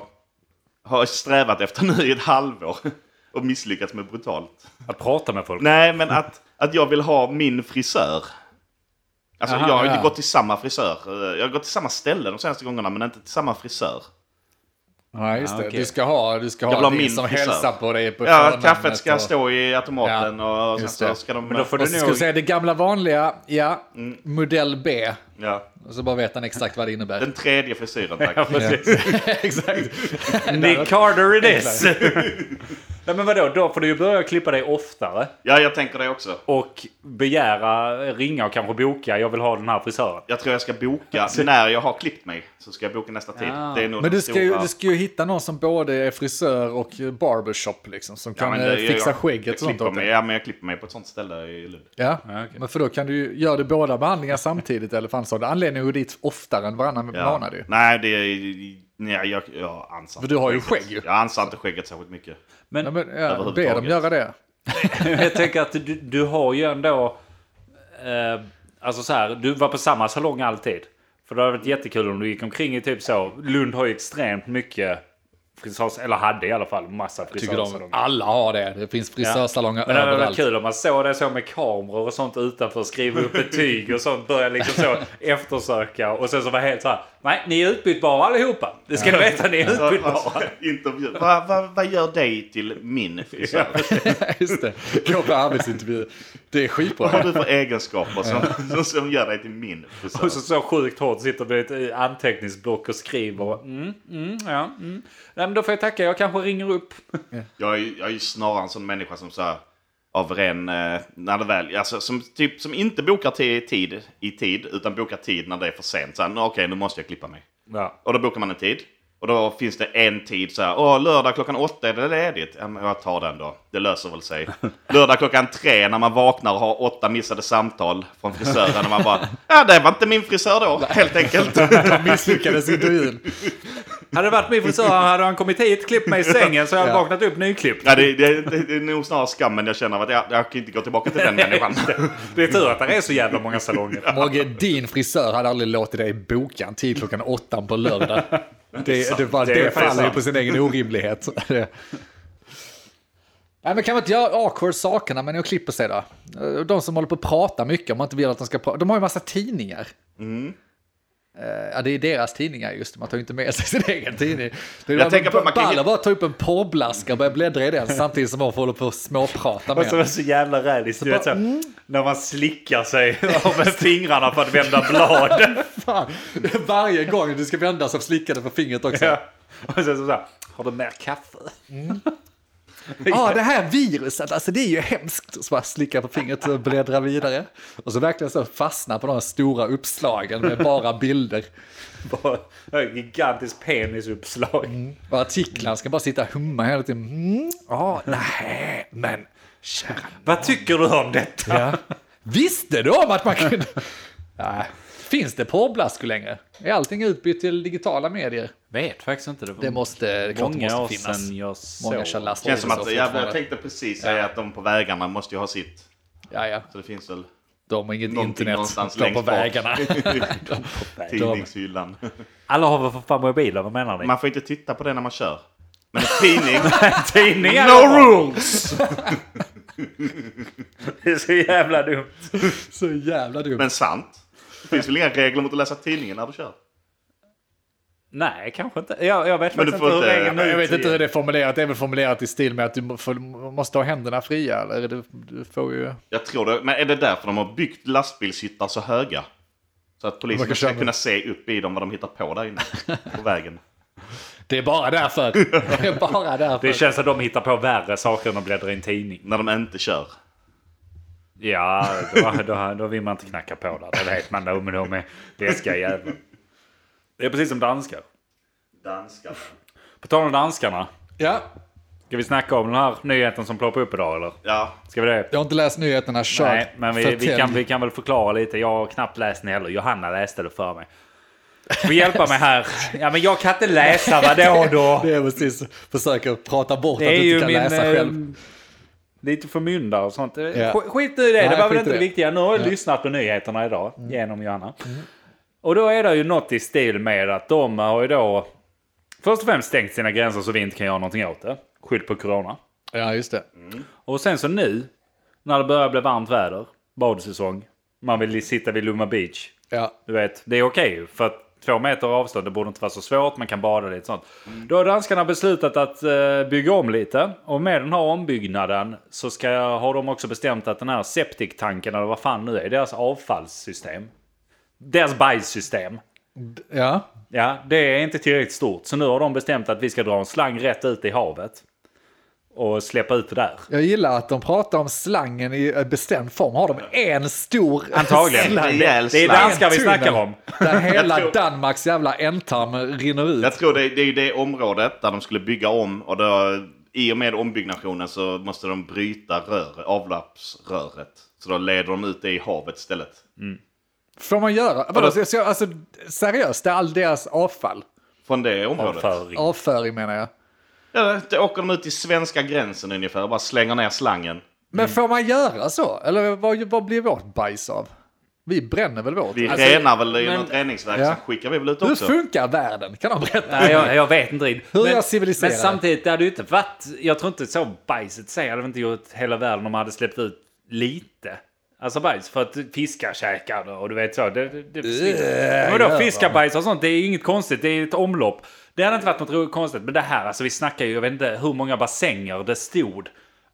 A: har strävat efter [laughs] nu i ett halvår. Och misslyckats med brutalt.
C: Att prata med folk.
A: Nej, men att, att jag vill ha min frisör. Alltså
C: Aha,
A: jag har inte
D: ja.
A: gått till samma frisör. Eh, Jag har gått till samma ställe de senaste gångerna men inte till samma frisör.
D: Nej, just det.
C: okej.
D: Du ska ha, du ska
A: Jag
D: ha
A: vill ha
D: din
A: min
D: som
A: frisör.
D: hälsar på dig på
A: Ja,
D: förnamnet
A: kaffet ska
D: och-
A: stå i automaten och sen
D: just
A: så
D: det.
A: ska de...
C: Men då får
D: Och
C: du
D: så ska du
C: nog...
D: säga det gamla vanliga, ja,
A: Mm.
D: modell B.
A: ja,
D: Och så bara vet han exakt vad det innebär.
A: den tredje frisyren tack.
C: [laughs] Ja, precis.
D: exakt.
C: Nick Carter it is! Nej men vadå, då får du ju börja klippa dig oftare.
A: Ja, jag tänker det också.
C: Och begära, ringa och kanske boka, jag vill ha den här [laughs] frisören.
A: Jag tror jag ska
D: [laughs]
A: boka när jag har klippt mig. Så ska jag boka nästa tid.
C: Ja.
A: Det är nog
D: Men
A: den
D: du ska, ju,
A: stora-
D: du ska ju hitta någon som både är frisör och barbershop liksom. Som
A: Ja,
D: kan
A: men
D: eh,
A: det- jag-
D: fixa
A: jag-
D: skägget och
A: jag
D: sånt
A: klipper
D: åt
A: mig,
D: dig.
A: Ja, men jag klipper mig på ett sånt ställe i Lund.
D: Ja,
C: Ja, okej.
D: men för då kan du ju, gör du båda behandlingar samtidigt eller fan så. Du har anledning att gå dit oftare än varannan
A: Ja.
D: månad ju.
A: Nej, det är... Nej, jag, jag ansar
D: För
A: inte
D: du har ju
A: skägget.
D: skägg ju.
A: Jag ansar inte skägget särskilt
D: [laughs]
A: mycket.
D: Ja,
C: Men
D: men, ja, be
A: Överhuvudtaget.
D: dem göra det.
C: jag tänker att du, du har ju ändå... Eh, alltså så här, du var på samma salong alltid. För det hade varit jättekul om du gick omkring i typ så. Lund har ju extremt mycket frisörs... Eller hade i alla fall massa
D: Tycker
C: frisörsalonger.
D: de, alla har det. Det finns frisörsalonger
C: Men det hade varit
D: överallt. [laughs]
C: kul om man såg det så med kameror och sånt utanför, skriva upp betyg och sånt, börja liksom så eftersöka och sen så var helt så här. Nej, ni är utbytbara allihopa. Det ska ni veta, ni är utbytbara.
A: Alltså, Intervju. Vad va, vad gör dig till min frisör?
D: Just det. Gå på arbetsintervju. Det är skitbra.
A: Vad har du för egenskaper som, som, som gör dig till min frisör?
C: Och så, så sjukt hårt sitter med ett anteckningsblock och skriver. Mm, mm, ja, mm. Nej, men då får jag tacka. Jag kanske ringer upp.
A: Jag är, ju- jag är ju snarare en sån människa som så här, av ren, eh, när det väl, alltså som, typ, som inte bokar ti- tid i tid, utan bokar tid när det är för sent. Så här, "Nå, okej, nu måste jag klippa mig.
C: Ja.
A: Och då bokar man en tid. Och då finns det en tid så här, åh, lördag klockan åtta är det ledigt. Ja, men jag tar den då, det löser väl sig. Lördag klockan tre när man vaknar och har åtta missade samtal från frisören. Och man bara, ja, det var inte min frisör då, helt enkelt.
D: Misslyckades intervjun.
C: Hade det varit min frisör hade han kommit hit, klippt mig i sängen så jag hade
D: Ja.
C: vaknat upp nyklippt.
A: Ja, det, det, det, det är nog snarare skammen jag känner av att jag, jag kan inte gå tillbaka till den människan.
C: [laughs] Det är tur att det är så jävla många salonger.
D: Mogge, din frisör hade aldrig låtit dig boka en tid klockan åtta på lördag. Det, det, var,
C: Det
D: det,
C: är faktiskt
D: faller ju
C: sant.
D: på sin egen orimlighet. [laughs] Det- Nej, men kan man inte göra awkward sakerna men jag klipper sig då? De som håller på att prata mycket om man inte vill att de ska prata. De har ju massa tidningar. Eh, Ja, det är deras tidningar just Man tar ju inte med sig [laughs] sin egen tidning. Det är
A: Jag tänker på att man kan
D: Ballar
A: hitta-
D: bara ta upp en porrblaska och börja bläddra i den samtidigt som man håller på att småprata
C: Och
D: med
C: så var det så jävla rädis, du vet så, när man slickar sig [laughs] med fingrarna för att vända blad.
D: [laughs] Fan, varje gång du ska vända så slickar du på fingret också.
C: Ja. Och sen så här, har du mer kaffe? [laughs]
D: Ja, ah, det här viruset, alltså det är ju hemskt. Så bara slickar på fingret och bläddrar vidare. Och så verkligen så fastnar på de här stora uppslagen med bara bilder.
C: Bara ett gigantiskt penisuppslag.
D: Och artiklarna ska bara sitta och humma hela tiden. Mm, ja, nej, men kära.
C: [laughs] Vad tycker du om detta?
D: Ja. Visste du om att man kunde... [laughs] Nej. Finns det porrblaskor längre? Är allting utbytt till digitala medier?
C: Vet faktiskt inte. var
D: Det måste, det klart det
C: många år
D: måste finnas.
C: sedan jag
D: Många
C: såg.
D: kör lastbil
A: Känns som
D: så
A: att, jag, jag
D: fortfarande.
A: tänkte precis säga att de på vägarna måste ju ha sitt.
D: Ja, ja.
A: Så det finns väl
D: De har inget
A: någonting
D: internet.
A: någonstans
D: De
A: längst
D: på
A: bak.
D: vägarna.
A: Tidningshyllan.
C: Alla har väl för fan mobiler, vad menar ni?
A: Man får inte titta på det när man kör. Men en tidning,
D: [laughs]
C: Tidningar!
A: no rules!
C: [laughs] Det är så jävla dumt.
D: Så jävla dumt.
A: Men sant. Det finns väl inga regler mot att läsa tidningen när du kör?
C: Nej, kanske inte. Jag, jag vet
A: Men du
C: faktiskt
A: får
C: inte hur
A: inte-
C: regeln
A: Men
D: Jag
C: är.
D: vet inte hur det är formulerat. Det är väl formulerat i stil med att du må- får- måste ha händerna fria. Eller du, du får ju...
A: Jag tror det. Men är det därför de har byggt lastbilshyttar så höga? Så att
D: Man
A: polisen
D: kan
A: ska
D: köra-
A: kunna se upp i dem vad de hittar på där inne. På vägen.
D: Det är bara därför. [laughs] Det är bara därför.
C: Det känns att de hittar på värre saker än att bläddra i en tidning.
A: När de inte kör.
C: Ja, då, då, då vill man inte knacka på där. Det vet man nog, men de är läskiga jävlar. Det är precis som danskar.
A: Danskar.
C: På tal om danskarna.
D: Ja.
C: Ska vi snacka om den här nyheten som ploppar upp idag eller?
A: Ja,
C: Ska vi det?
D: Jag har inte läst nyheterna. Kör.
C: Nej, men vi, vi,
D: Förtälj.
C: kan, vi kan väl förklara lite. Jag har knappt läst den heller. Johanna läste det för mig. Får hjälpa mig här. Ja, men jag kan inte läsa. Vadå då?
D: [laughs] Det är precis. Försöker prata bort
C: Det
D: att
C: är
D: du
C: ju
D: inte kan
C: min...
D: läsa
C: eh,
D: själv.
C: Lite förmyndare och sånt. Eh,
D: Ja.
C: sk- Skit i det, det
D: Nej,
C: var väl
D: skit i
C: inte det
D: det. Mm.
C: viktiga. Nu har jag lyssnat på nyheterna idag genom Johanna. Och då är det ju något i stil med att de har ju då först och främst stängt sina gränser så vi inte kan göra någonting åt det. Skydd på corona.
D: Ja, just det.
C: Och sen så nu, när det börjar bli varmt väder, badsäsong, man vill sitta vid Luma Beach.
D: Ja.
C: Du vet, det är okej för att två meter avstånd, det borde inte vara så svårt, man kan bada lite sånt. Då har danskarna beslutat att eh, bygga om lite och med den här ombyggnaden så ska, har de också bestämt att den här septiktanken, eller vad fan nu är, deras avfallssystem, deras bajssystem,
D: Ja.
C: Ja, det är inte tillräckligt stort. Så nu har de bestämt att vi ska dra en slang rätt ut i havet. Och släppa ut det där.
D: Jag gillar att de pratar om slangen i eh, bestämd form. Har de en stor
C: Antagligen.
D: [laughs] slang?
A: En
C: Det
A: rejäl
C: är
A: slang.
C: danskar vi
D: Tunnel.
C: snackar om.
D: Där hela
A: Jag tror-
D: Danmarks jävla ändtarm rinner ut.
A: Jag tror det, det är ju det området där de skulle bygga om och då, i och med ombyggnationen så måste de bryta rör, avloppsröret. Så då leder de ut det i havet istället.
D: Får man göra? Vadå, så- så- alltså, seriöst, det är all deras avfall.
A: Från det området.
C: Avföring.
D: Avföring menar jag.
A: Ja, då åker de ut till svenska gränsen ungefär och bara slänger ner slangen.
D: Men får man göra så? Eller vad, vad blir vårt bajs av? Vi bränner väl vårt?
A: Vi
C: Alltså,
A: renar väl i
C: men-
A: något reningsverk,
D: Ja.
A: sen skickar vi väl ut
D: Hur
A: också.
D: funkar världen? Kan de berätta?
C: Nej, jag, jag vet inte riktigt.
D: Hur
C: Men-
D: är civiliserade?
C: Men samtidigt, det hade ju inte varit... Jag tror inte så bajset sig hade väl inte gjort hela världen om man hade släppt ut lite. Alltså bajs, för att fiskar käkar det och du vet så. Det, det, det försvinner.
D: Äh,
C: Men då
D: jävlar.
C: fiskarbajs och sånt, det är ju inget konstigt. Det är ett omlopp. Det hade inte varit något ro- konstigt. Men det här, alltså vi snackar ju, jag vet inte hur många bassänger det stod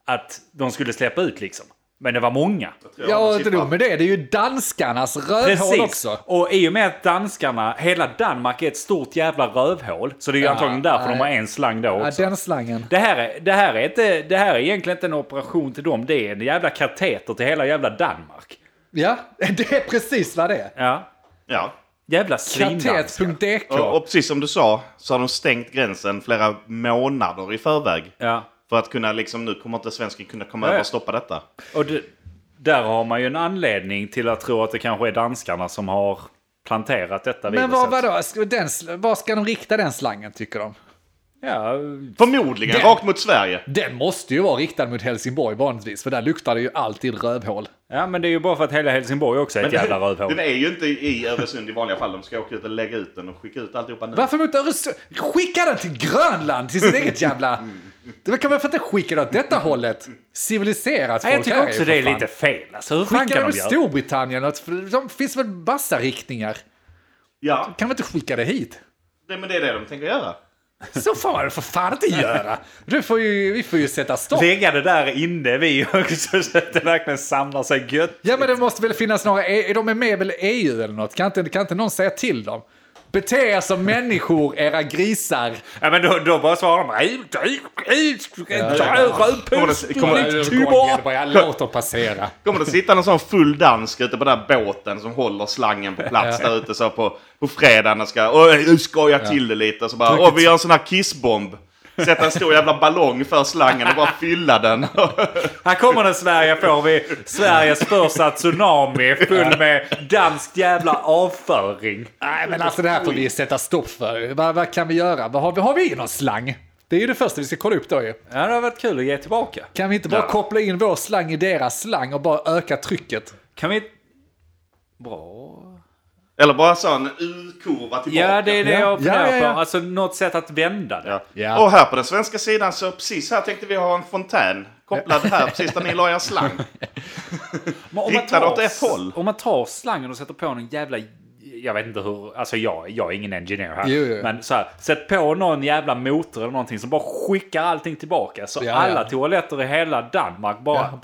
C: att de skulle släppa ut liksom. Men det var många.
A: Jag har
D: Ja,
A: någon
D: inte
A: siffra.
D: nog med det. Det är ju danskarnas rövhål
C: Precis.
D: också.
C: Och i och med att danskarna, hela Danmark är ett stort jävla rövhål. Så det är ju
D: Ja,
C: antagligen därför
D: nej.
C: de har en slang då också.
D: Ja, den slangen.
C: Det här, är, det, här är inte, det här är egentligen inte en operation till dem. Det är en jävla kateter till hela jävla Danmark.
D: Ja, [laughs] det är precis vad det är.
C: Ja.
A: Ja.
C: Jävla svindansk.
D: Katet.dk.
A: Och, och precis som du sa så har de stängt gränsen flera månader i förväg.
C: Ja.
A: För att kunna liksom, nu kommer inte svensken kunna komma
C: Nej.
A: över och stoppa detta.
C: Och det, där har man ju en anledning till att tro att det kanske är danskarna som har planterat detta
D: Men
C: viruset.
D: vad, vadå? Ska den, sl- var ska de rikta den slangen tycker de?
C: Ja,
A: Förmodligen rakt mot Sverige.
D: Den måste ju vara riktad mot Helsingborg vanligtvis, för där luktar det ju alltid rövhål.
C: ja, men det är ju bara för att hela Helsingborg också är ett [laughs] jävla rövhål.
A: Den är ju inte i Öresund i vanliga fall. De ska åka ut och lägga ut den och skicka ut alltihopa nu.
D: Varför mot Öresund? Skicka den till Grönland, till sitt eget jävla... Det kan man för inte skicka den åt detta hållet? Civiliserat
C: Nej, jag
D: folk här
C: tycker också det är
D: ju för fan.
C: lite fel. Alltså, hur fan
D: Skicka
C: kan de
D: den till
C: göra?
D: Storbritannien, något, för de finns väl massa riktningar?
A: Ja,
D: Kan vi inte skicka det hit?
A: det, men det är det de tänker göra.
D: Så får man för fan inte göra. Du får ju, vi får ju sätta stopp.
C: Lägga det där inne vi [laughs] också så att det verkligen samlar sig gött.
D: Ja men det måste väl finnas några, är de är med väl i EU eller något? Kan inte, kan inte någon säga till dem? Bete er som människor, era grisar.
C: Ja men då, då bara svarar de ut, ut, ut, rövpuss,
D: Kommer bara, jag låter passera.
A: Kommer det sitta någon sån full dansk ute på den där båten som håller slangen på plats där ute så på, på fredagen och ska "Åh, nu skoja till det lite och så bara åh vi gör en sån här kissbomb. Sätta en stor jävla ballong för slangen och bara fylla den. [laughs]
C: Här kommer den Sverige får vi Sveriges första tsunami full med dansk jävla avföring.
D: Nej men alltså det här får vi sätta stopp för. Vad, vad kan vi göra? Vad har, vi, har vi någon slang? Det är ju det första vi ska kolla upp då ju.
C: Ja, det har varit kul att ge tillbaka.
D: Kan vi inte bara
A: Ja.
D: koppla in vår slang i deras slang och bara öka trycket?
C: Kan vi... Bra.
A: Eller bara så en U-kurva tillbaka.
C: Ja, det är det jag
D: Ja,
C: funderar
D: ja, ja.
C: på. Alltså något sätt att vända det.
A: Ja.
D: Ja.
A: Och här på den svenska sidan så precis här tänkte vi ha en fontän kopplad här precis där ni la er
C: [laughs]
A: slang.
C: Men om
A: Riktad
C: tar-
A: åt ett håll.
C: Om man tar slangen och sätter på någon jävla... Jag vet inte hur... Alltså jag, jag är ingen engineer här.
D: Jo, jo.
C: Men så här, sätt på någon jävla motor eller någonting som bara skickar allting tillbaka. Så
D: Ja, ja.
C: alla toaletter i hela Danmark bara,
D: Ja, bara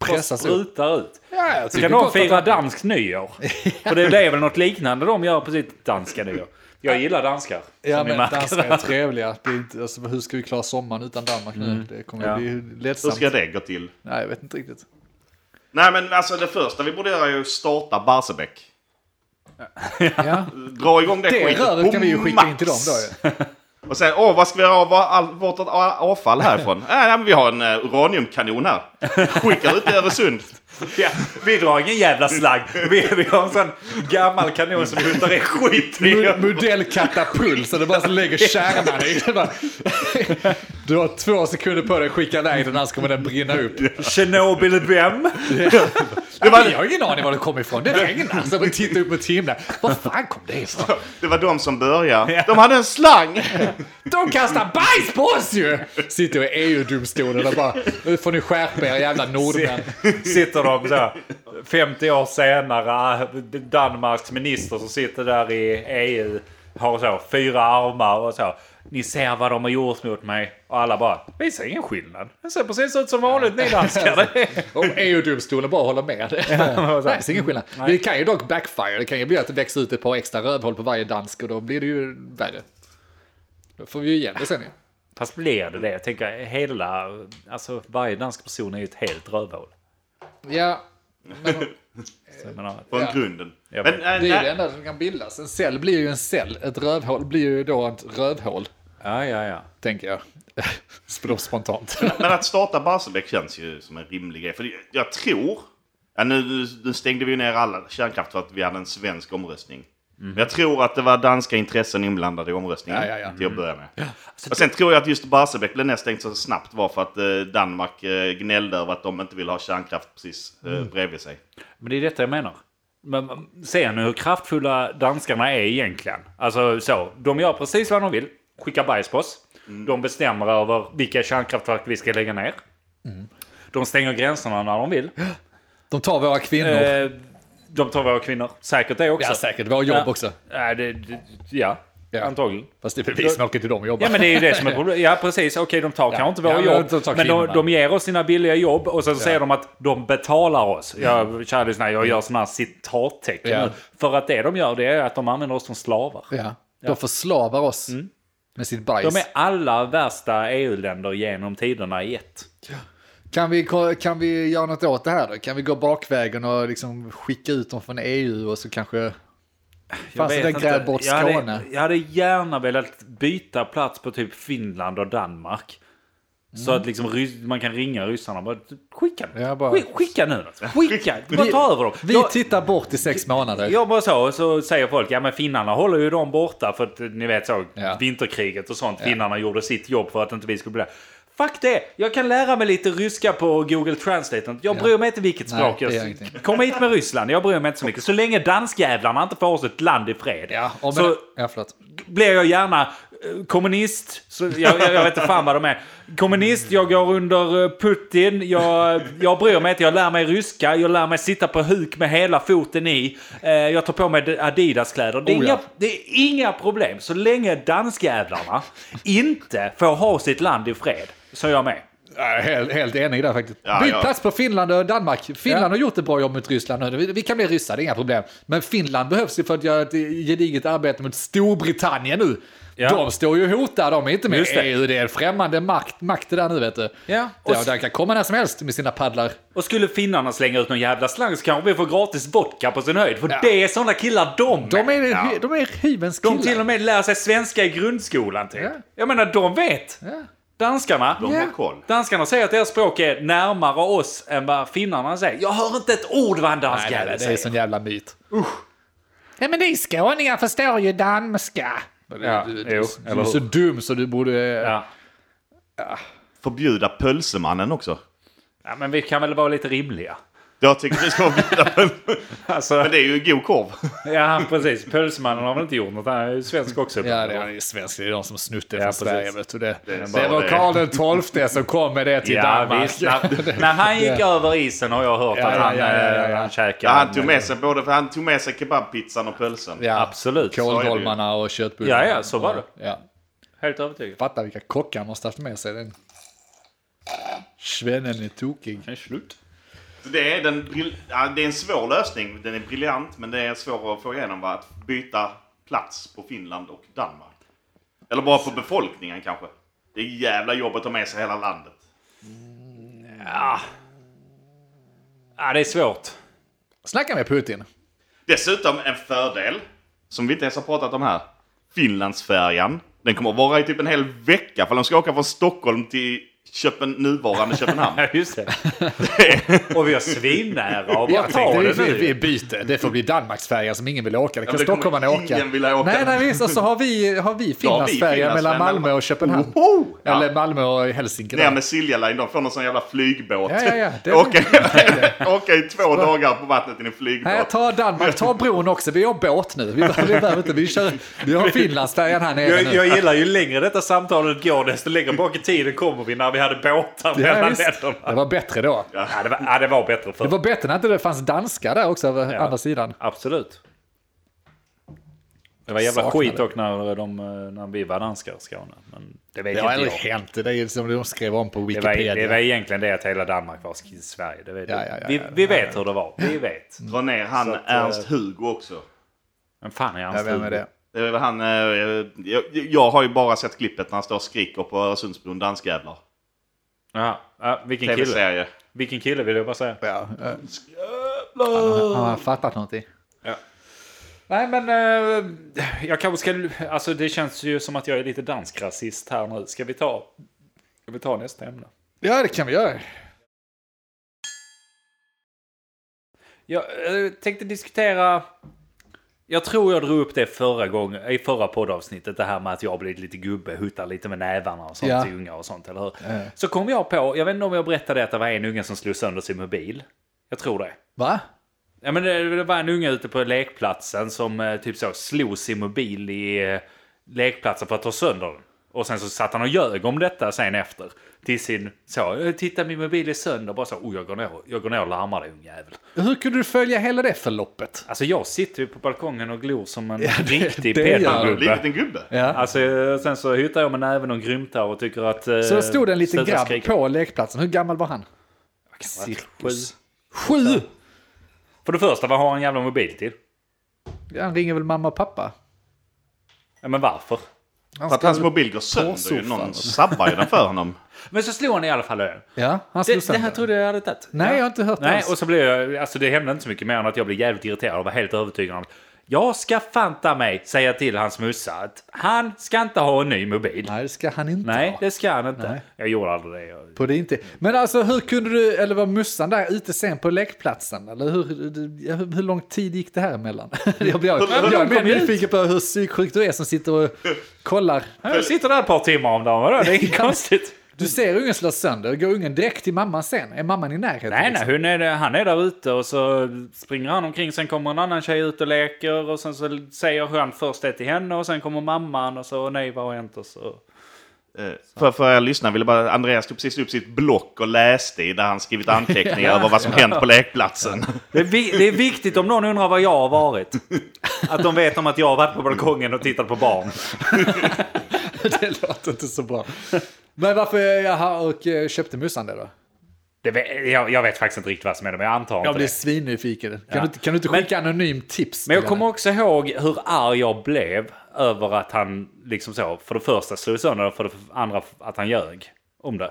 C: bara
D: pressas upp.
C: sprutar ut.
D: Ja, jag
C: Ska
D: tycker gott
C: de
D: att
C: fira danskt
D: [laughs]
C: nyår? För det är väl något liknande de gör på sitt danska nyår. Jag gillar danskar.
D: Ja,
C: som ni
D: men
C: märker.
D: danskar är trevliga. Det är inte, alltså, hur ska vi klara sommaren utan Danmark nu? Det kommer
C: Ja.
D: bli
A: Hur
D: ledsamt.
A: ska det gå till?
D: Nej, jag vet inte riktigt.
A: Nej men alltså det första vi borde göra är ju att starta Barsebäck.
D: Ja.
A: Dra igång det,
D: Det
A: skiten
D: röret
A: på
D: kan vi ju skicka in till dem då ju.
A: Och sen, åh, vad ska vi ha av all, vårt a- avfall härifrån? [laughs] Äh, nej, men vi har en eh, uraniumkanon här. Skickar ut i Öresund.
C: Ja, [laughs] vi drar ingen jävla slagg. Vi, vi har en sån gammal kanon som puttar i skit i.
D: Mo- [laughs] Modellkatapult, så det bara så lägger kärnan i. Det bara- [laughs] Du har två sekunder på dig att skicka iväg den, annars kommer den brinna upp.
C: Tjernobyl vem?
A: Det
D: Jag
A: var,
D: har ingen aning var det kommer ifrån. Det regnar. Så man tittar upp mot himlen. Var fan kom det ifrån?
A: det var de som började. De hade en
C: [laughs]
A: slang!
D: De kastar bajs på oss ju! Sitter i EU-domstolen och bara, nu får ni skärpa er
C: [laughs]
D: jävla nordmän.
C: Sitter de så här, 50 år senare, Danmarks minister som sitter där i EU, har så fyra armar och så. Ni ser vad de har gjort mot mig. Och alla bara, vi ser ingen skillnad. Det ser precis ut som vanligt ni danskar. [laughs]
D: Om EU-domstolen bara håller med. [laughs] Nej, det är ingen skillnad. Det kan ju dock backfire. Det kan ju bli att det växer ut ett par extra rövhål på varje dansk och då blir det ju värre. Då får vi ju igen det sen ju.
C: Fast blir det det? Jag tänker hela, alltså varje dansk person är ju ett helt rövhål.
D: Ja,
C: Så jag menar,
A: Från
D: Ja.
A: grunden. Men,
C: Jag
A: äh,
C: vet.
D: det är ju det
A: nej,
D: enda som kan bildas. En cell blir ju en cell. Ett rövhål blir ju då ett rövhål,
C: Ja, ja, ja.
D: tänker jag. [laughs] Sp- Spontant.
C: [laughs]
A: men att starta Barsebäck känns ju som en rimlig grej. För det- jag tror... Ja, nu, nu stängde vi ju ner alla kärnkraft för att vi hade en svensk omröstning. Men jag tror att det var danska intressen inblandade i omröstningen
D: Mm. Ja, ja, ja.
A: till att börja med. Och sen tror jag att just Barsebäck blev nedstängt så snabbt var för att eh,
D: Mm.
A: Danmark eh, gnällde över att de inte ville ha kärnkraft precis eh, bredvid sig.
C: Men det är detta jag menar. Men man ser nu hur kraftfulla danskarna är egentligen. Alltså så, de gör precis vad de vill. Skickar bajs på oss.
D: Mm.
C: De bestämmer över vilka kärnkraftverk vi ska lägga ner.
D: Mm.
C: De stänger gränserna när de vill.
D: De tar våra kvinnor.
C: Eh, de tar våra kvinnor. Säkert det också.
D: ja, säkert. Våra jobb också.
C: Ja, det, det, ja,
D: Ja.
C: antagligen.
D: Fast det är precis som åker till dem och jobbar.
C: Ja men det är ju det som är problemet. Ja precis, okej de tar kanske inte våra
D: Ja,
C: jobb.
D: de tar
C: men de,
D: kvinnorna.
C: de ger oss sina billiga jobb och sen säger de att de betalar oss. Jag, kära lyssnare, jag gör sådana här citattecken
D: Mm. Ja.
C: nu. För att det de gör det är att de använder oss som slavar.
D: [laughs] Ja. De förslavar oss med sitt bajs.
C: Mm. De är alla värsta EU-länder genom tiderna i ett.
D: Kan, vi, ko- kan vi göra något åt det här då? Kan vi gå bakvägen och liksom skicka ut dem från EU och så kanske... Fast
C: vet
D: den
C: inte.
D: gräver bort
C: Jag hade-
D: Skåne.
C: Jag hade gärna velat byta plats på typ Finland och Danmark. Så att liksom rys- man kan ringa ryssarna och bara skicka,
D: Mm. Ja, bara-
C: Sk- skicka nu
D: [laughs]
C: något. Skicka, bara ta över dem.
D: Vi
C: Jag-
D: tittar bort i sex månader.
C: Jag bara så, så säger folk, ja men finnarna håller ju dem borta för att ni vet så,
D: Ja.
C: vinterkriget och sånt. Finnarna gjorde sitt jobb för att inte vi skulle bli det. Fuck det! Jag kan lära mig lite ryska på Google Translate. Jag bryr mig inte vilket
D: Nej,
C: språk
D: det gör
C: jag...
D: ingenting.
C: Kom hit med Ryssland, jag bryr mig inte så mycket. Så länge danskjävlarna inte får oss ett land i fred.
D: Ja, om
C: så
D: ja, förlåt.
C: blir jag gärna eh, kommunist. Så jag, jag, jag vet inte fan vad de är. Kommunist, jag går under eh, Putin, jag, jag bryr mig inte, jag lär mig ryska, jag lär mig sitta på huk med hela foten i. Eh, Jag tar på mig Adidas-kläder. Det är,
D: Oh ja.
C: inga, det är inga problem så länge danskjävlarna inte får ha sitt land i fred. Så är jag med.
D: Nej, Helt, helt enig där faktiskt.
A: Ja,
D: Byt
A: ja.
D: plats på Finland och Danmark. Finland har gjort ett bra jobb mot Ryssland nu. Vi, vi kan bli ryssar, det är inga problem. Men Finland behövs ju för att göra ett gediget arbete mot Storbritannien nu.
C: Ja.
D: De står ju och hotar, de är inte med
C: Just det.
D: EU. Det är en främmande makt, makt det där nu vet du.
C: Ja.
D: Och
C: Och
D: där,
C: s-
D: där kan komma när som helst med sina paddlar.
C: Och skulle finnarna slänga ut någon jävla slang så kanske vi får gratis vodka på sin höjd. För det är sådana killar de
D: De är, de är hyvens killar.
C: De till och med lär sig svenska i grundskolan typ.
D: Ja.
C: Jag menar, de vet.
D: Ja.
C: Danskarna.
A: De har koll.
C: Danskarna säger att deras språk är närmare oss än vad finnarna säger. Jag hör inte ett ord vad en
D: Nej,
C: dansk
D: nej, nej,
C: jävel
D: det är en
C: säger.
D: sån jävla myt. Usch. Nej men ni skåningar förstår ju danska.
C: Ja,
D: du, du,
C: jo,
D: du,
C: eller
D: är så dum så du borde...
C: Ja.
A: Förbjuda pölsemannen också.
C: ja, men vi kan väl vara lite rimliga.
A: Jag tycker vi ska
D: [laughs]
A: förbjuda pölsemannen.
C: Alltså,
A: Men det är ju god korv.
C: ja, precis. Pölsemannen har väl inte gjort något. Han är ju svensk också.
D: Ja, det är svensk. Det är de som snutte
C: Ja,
D: från
C: precis.
D: Sverige. Vet du det. Det,
A: bara
D: var
A: det.
D: Karl den XII som kom med det till
C: Ja,
D: Danmark.
C: visst. När, när han gick över isen har jag hört
D: Ja,
C: att
D: ja,
C: han,
D: ja, ja,
C: eh,
D: ja.
C: han
A: Ja,
C: käkade.
A: han tog med sig både för han tog med sig kebabpizzan och pölsen.
D: Ja,
C: Absolut.
D: Kåldolmarna och köttbullarna.
C: Ja, ja, så var det.
D: Ja.
C: Helt övertygad.
D: Fatta vilka kockar han måste haft med sig. Den. Svennen är tokig.
C: Det är slut.
A: Så Det är, den, bril- ja, det är en svår lösning. Den är briljant, men det är svår att få igenom. Va? Att byta plats på Finland och Danmark. Eller bara på befolkningen kanske. Det är jävla jobb att ta med sig hela landet.
C: Ja, det är svårt.
D: Snacka med Putin.
A: Dessutom en fördel, som vi inte ens har pratat om här. Finlandsfärjan. Den kommer att vara i typ en hel vecka, för de ska åka från Stockholm till Köpen,
D: [laughs]
A: nuvarande Köpenhamn.
C: Ja, just det. [laughs] och vi har svinnära och bara
D: Jag
C: ta
D: tänkte
C: det
D: vi, vi
C: nu.
D: byter. Det får bli Danmarksfärjan som ingen vill åka. Det kan
A: men det kommer
D: stockholmarna åka.
A: ingen vilja åka.
D: Nej, nej, visst. Och så har vi, har vi Finlandsfärjan mellan Malmö och Köpenhamn.
A: Oho! Ja.
D: Eller Malmö och Helsinki.
A: Ner med Silja Line, de får någon sån jävla flygbåt.
D: Ja,
A: [laughs]
D: ja, ja. Det-
A: åka, [laughs] åka i två dagar på vattnet i en flygbåt.
D: Nej, ta Danmark, ta bron också. Vi har båt nu. Vi behöver, vi behöver inte, vi kör, [laughs] vi har Finlandsfärjan här nere
C: Jag,
D: nu.
C: jag gillar ju längre detta samtalet går desto längre bak i tiden kommer vi när vi hade båtar
D: Ja,
C: mellan
D: visst. det
C: länderna.
D: var bättre då.
C: Ja, det var, ja, det var bättre
D: Det
C: förr.
D: var bättre när inte det fanns danska där också, över andra sidan.
C: Absolut. Det var jävla
D: Saknade.
C: skit dock när, de, eh, när vi var danskar i Skåne. Men det vet
D: Det har
C: inte
D: aldrig
C: jag.
D: hänt. Det är ju som de skrev om på
C: Det var,
D: Wikipedia.
C: det var egentligen det att hela Danmark var sk- Sverige. Det vet
D: Ja, ja, ja,
C: vi
D: ja,
C: vi vet hur det var. Vi vet.
A: Dra ner han
C: Så att, eh,
A: Ernst-Hugo också.
C: Men fan är
D: Ja,
C: hans
D: vem är det?
A: Det är väl han, eh, jag, jag har ju bara sett klippet när han står och skriker på Öresundsbron, danskjävlar.
C: Ja, ja, vilken kille.
A: Tv-serie.
C: Vilken kille vill jag bara säga.
D: Ja. eh, Har han fattat någonting?
C: Nej men eh, jag kanske ska, alltså det känns ju som att jag är lite dansk rasist här nu. Ska vi ta, ska vi ta nästa ämne?
D: Ja, det kan vi göra.
C: Jag eh, tänkte diskutera, jag tror jag drog upp det förra gången, i förra poddavsnittet, det här med att jag har blivit lite gubbe, huttar lite med nävarna och sånt
D: Ja.
C: till unga och sånt, eller hur? Så kom jag på, jag vet inte om jag berättade att det var en unge som slog sönder sin mobil. Jag tror det.
D: Va?
C: Ja, men det det var en unge ute på lekplatsen som eh, typ så slog sin mobil i eh, lekplatsen för att ta sönder den. Och sen så satt han och ljög om detta sen efter. Till sin så, "Eh, titta min mobil är sönder. Bara så, oh jag går ner, jag går ner och larmar dig ungjävel.
D: Hur kunde du följa hela det förloppet?
C: Alltså jag sitter ju på balkongen och glor som en riktig
D: det gör du.
A: Han har
C: pedagog.
A: blivit en gubbe.
D: Ja.
C: Alltså eh, sen så hyttar jag med näven och grymtar och tycker att... eh,
D: Så det stod en liten
C: sluta
D: grabb
C: skrika.
D: på lekplatsen. Hur gammal var han?
C: Sju.
D: Sju!
C: För det första, vad har han en jävla mobil till?
D: Han ringer väl mamma och pappa?
C: Ja, men varför?
A: För att hans mobil går sönder ju.
D: soffan.
A: Någon sabbar ju den för honom.
C: Men så slår han i alla fall öl.
D: Ja, han slog
C: Det, det
D: sönder.
C: här trodde jag hade tagit.
D: Nej, jag har inte hört det
C: Nej,
D: alls.
C: och så blev jag, alltså det hände inte så mycket mer än att jag blev jävligt irriterad och var helt övertygad om att jag ska fanta mig säga till hans mussa att han ska inte ha en ny mobil. Nej,
D: Nej, det ska han inte ha.
C: det ska han inte.
D: Nej.
C: Jag gjorde aldrig det. Jag-
D: På det inte. Men alltså hur kunde du, eller var mussan där ute sen på lekplatsen? Eller hur, hur, hur lång tid gick det här emellan? [laughs] Jag, blir, jag, jag är mer nyfiken på hur psyksjuk du är som sitter och kollar.
C: Jag sitter där ett par timmar om dagen, vadå? Det [laughs] är inget konstigt.
D: Du ser ungen slås sönder, går ungen direkt till mamman sen? Är mamman i närheten?
C: Nej, nej,
D: liksom?
C: hon är, där- han är där ute och så springer han omkring. Sen kommer en annan tjej ut och leker och sen så säger han först det till henne och sen kommer mamman och så nej, vad har hänt? Och så.
A: Eh, För, för er lyssnare ville bara... Andreas tog precis upp sitt block och läste i där han skrivit anteckningar över vad som hänt på lekplatsen. [laughs]
C: Det är, vi, det är viktigt om någon undrar var jag har varit. Att de vet om att jag har varit på balkongen och tittat på barn.
D: [laughs] det låter inte så bra. Men varför, jaha, och eh, köpte mussan det då?
C: Det, vet- jag, jag vet faktiskt inte riktigt vad som är det, men jag antar inte
D: Jag blir
C: det.
D: svinnyfiken. Kan,
C: Ja.
D: du, inte- kan du inte
C: Men-
D: skicka anonym tips?
C: Men jag
D: till
C: kommer
D: henne?
C: också ihåg hur arg jag blev över att han liksom så, för det första slog sönder och för det andra att han ljög om det.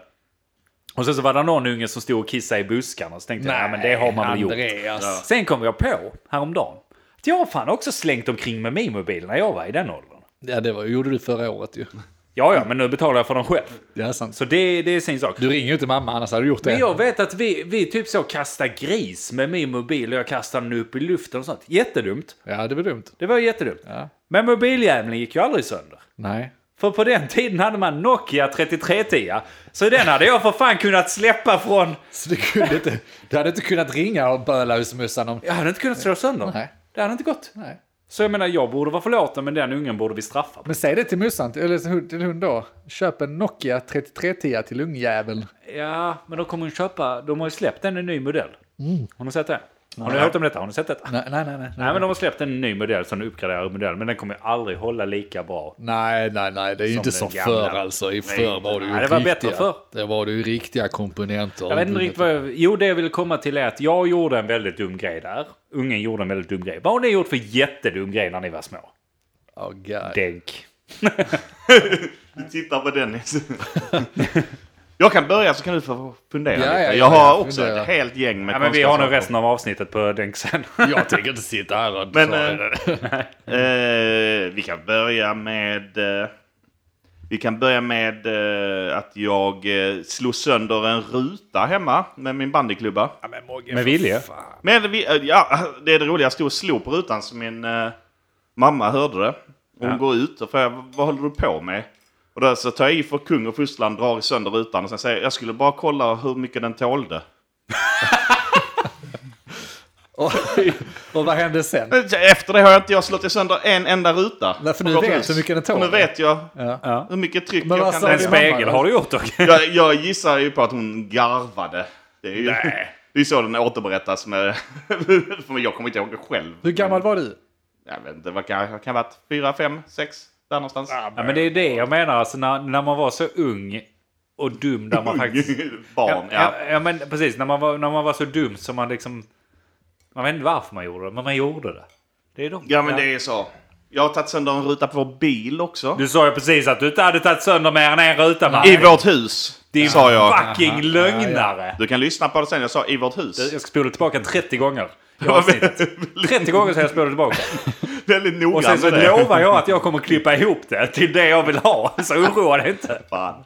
C: Och sen så var det någon unge som stod och kissade i buskarna och så tänkte jag, ja men det har man väl gjort.
D: Andreas.
C: Sen kom jag på häromdagen att jag har fan också slängt omkring med min mobil när jag var i den åldern.
D: Ja, det var, gjorde du förra året ju.
C: Ja, ja, men nu betalar jag för den själv.
D: Det är sant.
C: Så det, det är sin sak.
D: Du ringer ju inte mamma, annars hade du gjort det.
C: Men jag vet att vi, vi typ så kastar gris med min mobil och jag kastar den upp i luften och sånt. Jättedumt.
D: Ja, det var dumt.
C: Det var jättedumt.
D: Ja.
C: Men mobiljäveln gick ju aldrig sönder.
D: Nej.
C: För på den tiden hade man Nokia 3310. Så den hade jag för fan kunnat släppa från...
D: Så du, kunde inte, du hade inte kunnat ringa och böla husmussan om...
C: Jag hade inte kunnat slå sönder.
D: Nej.
C: Det hade inte gått.
D: Nej.
C: Så jag menar, jag borde vara förlåten men den ungen borde vi straffa.
D: Men säg det till mussan, till- eller till hund- till hon då. Köp en Nokia 3310 till ungjäveln.
C: Ja, men då kommer hon köpa... De har ju släppt en ny modell. Har ni sett det? Har ni hört om detta? Har ni sett detta?
D: Mm. Nej, nej, nej. Nej,
C: Nej, men de har släppt en ny modell som en uppgraderad modell. Men den kommer ju aldrig hålla lika bra
D: nej, nej, nej det är ju inte
C: den
D: som
C: gamla.
D: förr alltså. I förr var det ju
C: Nej, det var
D: riktiga,
C: bättre förr.
D: Det var det ju riktiga komponenter.
C: Jag vet inte riktigt vad jag... Jo, det jag ville komma till är att jag gjorde en väldigt dum grej där. Ungen gjorde en väldigt dum grej. Vad har ni gjort för jättedum grej när ni var små?
D: Oh, God.
C: Denk.
A: Titta på Dennis. Jag kan börja så kan du få fundera
D: Ja, ja,
A: lite.
D: ja,
A: Jag har
D: ja,
A: också
D: fundera.
A: ett helt gäng med
C: Ja, men vi har nog
A: konstiga
C: resten av avsnittet på Denk sen.
D: Jag tänker inte sitta här och...
A: Men,
D: ta-
A: [laughs] eh, eh, vi kan börja med... Eh, vi kan börja med eh, att jag eh, slog sönder en ruta hemma med min bandyklubba.
C: Med vilje.
A: Men vi, eh, ja, det är det roliga, jag stod och slog på rutan så min eh, mamma hörde det. Hon går ut och frågar vad håller du på med? Och då så tar jag i för kung och fosterland, drar sönder rutan och sen säger jag, jag skulle bara kolla hur mycket den tålde.
D: och, och vad hände sen?
A: Men Efter det har jag inte jag slagit sönder en enda ruta.
D: Nej, för nu
A: På något
D: vet
A: vis.
D: hur mycket den tål.
A: För Nu vet jag
D: Ja.
A: hur mycket tryck
D: Men
A: jag
D: vad
A: kan...
D: sa
C: En
D: din mamma?
C: spegel har du gjort dock.
A: Jag, jag gissar ju på att hon garvade. Det är ju [laughs] det är så den återberättas. Med, [laughs] för jag kommer inte ihåg det själv.
D: Hur gammal var du?
A: Jag vet inte, vad kan jag kan ha varit? Fyra, fem, sex? Där någonstans.
C: Ja, men det är det jag menar. Alltså, när, när man var så ung och dum där man faktiskt...
A: [laughs] Barn, ja.
C: ja. ja, men precis. När man, var, när man var så dum så man liksom... Man vet inte varför man gjorde det, men man gjorde det. Det är de.
A: Ja, men det är så. Jag har tagit sönder en ruta på vår bil också.
C: Du sa ju precis att du inte hade tagit sönder mer än en ruta. man.
A: I vårt hus,
C: Din
A: sa jag.
C: fucking lögnare!
A: Du kan lyssna på det sen. Jag sa i vårt hus.
C: Jag ska spola tillbaka 30 gånger. i avsnittet. 30 gånger så jag spolar tillbaka.
A: Väldigt noggrann
C: Och sen så
A: med det.
C: lovar jag att jag kommer klippa ihop det till det jag vill ha. Så oroa dig inte.
A: Fan.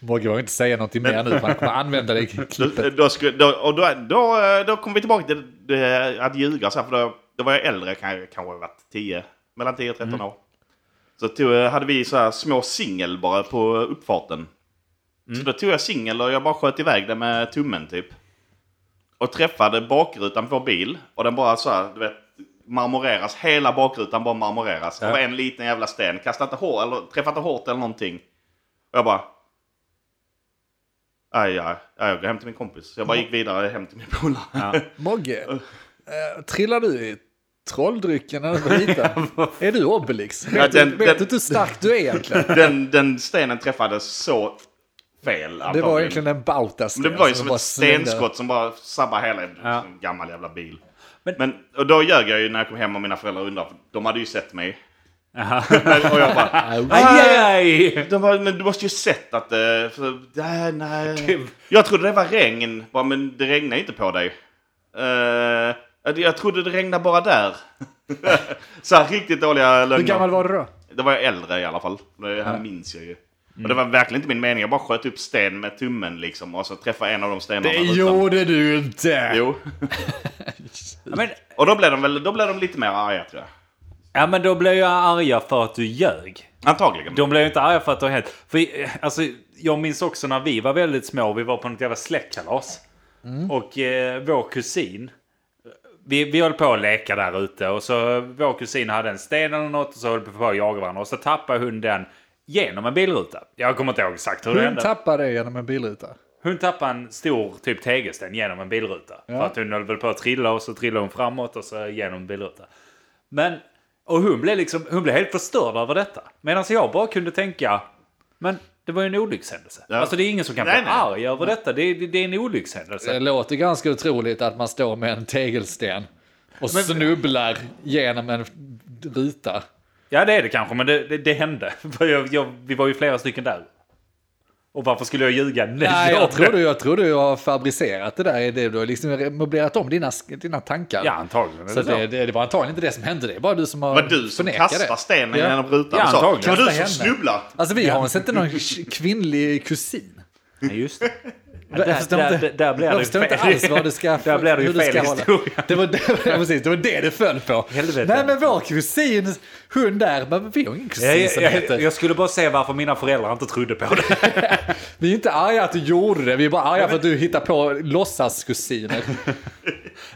D: Mogge behöver inte säga någonting mer nu, för han kommer
A: [laughs]
D: använda det i klippet.
A: Då, då, skulle- då, och då, då, eh, då kom vi tillbaka till det, här att ljuga. Så här, för då, då var jag äldre, kan jag kanske ha varit 10, mellan 10 och 13 år. Så tog, jag- hade vi så här små singel bara på uppfarten. Så då tog jag singel och jag bara sköt iväg det med tummen typ. och träffade bakrutan på vår bil. Och den bara så här, du vet, marmoreras. Hela bakrutan bara marmoreras. Det var en liten jävla sten. Kastade inte hår, eller träffade inte hårt eller någonting. Och jag bara... Aj, aj, aj, jag går hem till min kompis. Så jag bara gick vidare hem till min polare.
D: Mogge,
A: Uh.
D: eh, trillar du i trolldrycken när du var
A: [laughs]
D: liten? är du Obelix? Vet,
A: den-
D: du, vet
A: den-
D: du hur stark du
A: [laughs]
D: är egentligen?
A: Den, den stenen träffade så fel.
D: Det
A: antagligen.
D: var egentligen en bautasten.
A: Men det var ju
D: som
A: som
D: bara
A: ett
D: slängde-
A: stenskott som bara sabbar hela
C: Ja.
A: en gammal jävla bil.
C: Men-
A: Men, och då ljög jag ju när jag kom hem och mina föräldrar undrade. för De hade ju sett mig. [laughs]
C: Jaha.
A: och jag
D: [laughs]
A: bara...
C: Aj, aj, aj.
A: De bara, men du måste ju sett att det... För, nej,
D: [laughs]
A: nej. Jag trodde det var regn. Bara, men det regnar inte på dig. Eh, jag trodde det regnade bara där. [laughs] så här riktigt dåliga lögner.
D: Hur gammal var du då?
A: Det var jag äldre i alla fall. Det här minns jag ju. Och det
D: Mm.
A: var verkligen inte min mening. Jag bara sköt upp sten med tummen liksom. Och så träffade en av de stenarna. utan-
D: du inte!
A: Jo.
C: Ja, men,
A: Och då blev de väl då blev de lite mer arga tror jag.
C: ja, men då blev jag arga för att du ljög.
A: Antagligen.
C: De blev ju inte arga för att det har hänt. För, eh, alltså, jag minns också när vi var väldigt små. Vi var på något jävla släktkalas. Och eh, vår kusin. Vi, vi höll på att leka där ute. Och så eh, vår kusin hade en sten eller något. Och så höll vi på att jaga varandra. Och så tappade hon den genom en bilruta. Jag kommer inte ihåg exakt hur det
D: Hon
C: hände.
D: tappade det genom en bilruta.
C: Hon tappade en stor typ tegelsten genom en bilruta. För att hon höll väl på att trilla och så trillade hon framåt och så genom en bilruta. Men, och hon blev liksom, hon blev helt förstörd över detta. Medan jag bara kunde tänka, men det var ju en olyckshändelse.
A: Ja.
C: Alltså det är ingen som kan
A: Nej,
C: bli
A: nej.
C: arg över detta. Det, det, det är en olyckshändelse.
D: Det låter ganska otroligt att man står med en tegelsten och snubblar genom en ruta.
C: Ja det är det kanske, men det, det, det hände. [laughs] För jag, jag, vi var ju flera stycken där. Och varför skulle jag ljuga? Nej,
D: Nej,
C: jag-
D: jag trodde, jag trodde jag har fabricerat det där. Det Du har liksom möblerat om dina, dina tankar.
C: Ja, antagligen. är
D: Så
C: det
D: att
C: så.
D: det, det, det var antagligen inte det som hände, det är bara du som har
A: det var du som
D: förnekat
A: kastade
D: det.
A: stenen
D: Ja.
A: genom rutan
C: Ja,
A: och sa
C: antagligen.
A: Det var du som
D: Kasta henne."
A: snubblade.
D: Alltså vi har inte någon kvinnlig kusin.
C: Nej, just
D: [laughs]
C: det. Ja,
D: Jag
C: där,
D: förstår
C: där,
D: inte-
C: där, där blev
D: jag
C: det
D: förstår inte
C: fel.
D: alls vad du ska...
C: [laughs] Där blev det ju
D: hur du
C: fel
D: ska hålla.
C: historia.
D: Det var, det, [laughs] ja, precis, det var det du föll på.
C: Helvete.
D: Nej men vår kusin, hon där, men vi har ingen kusin
C: Jag,
D: som
C: jag,
D: heter...
C: jag, jag skulle bara se varför mina föräldrar inte trodde på det. [laughs]
D: Vi är inte arga att du gjorde det, vi är bara arga för att du hittar på låtsaskusiner.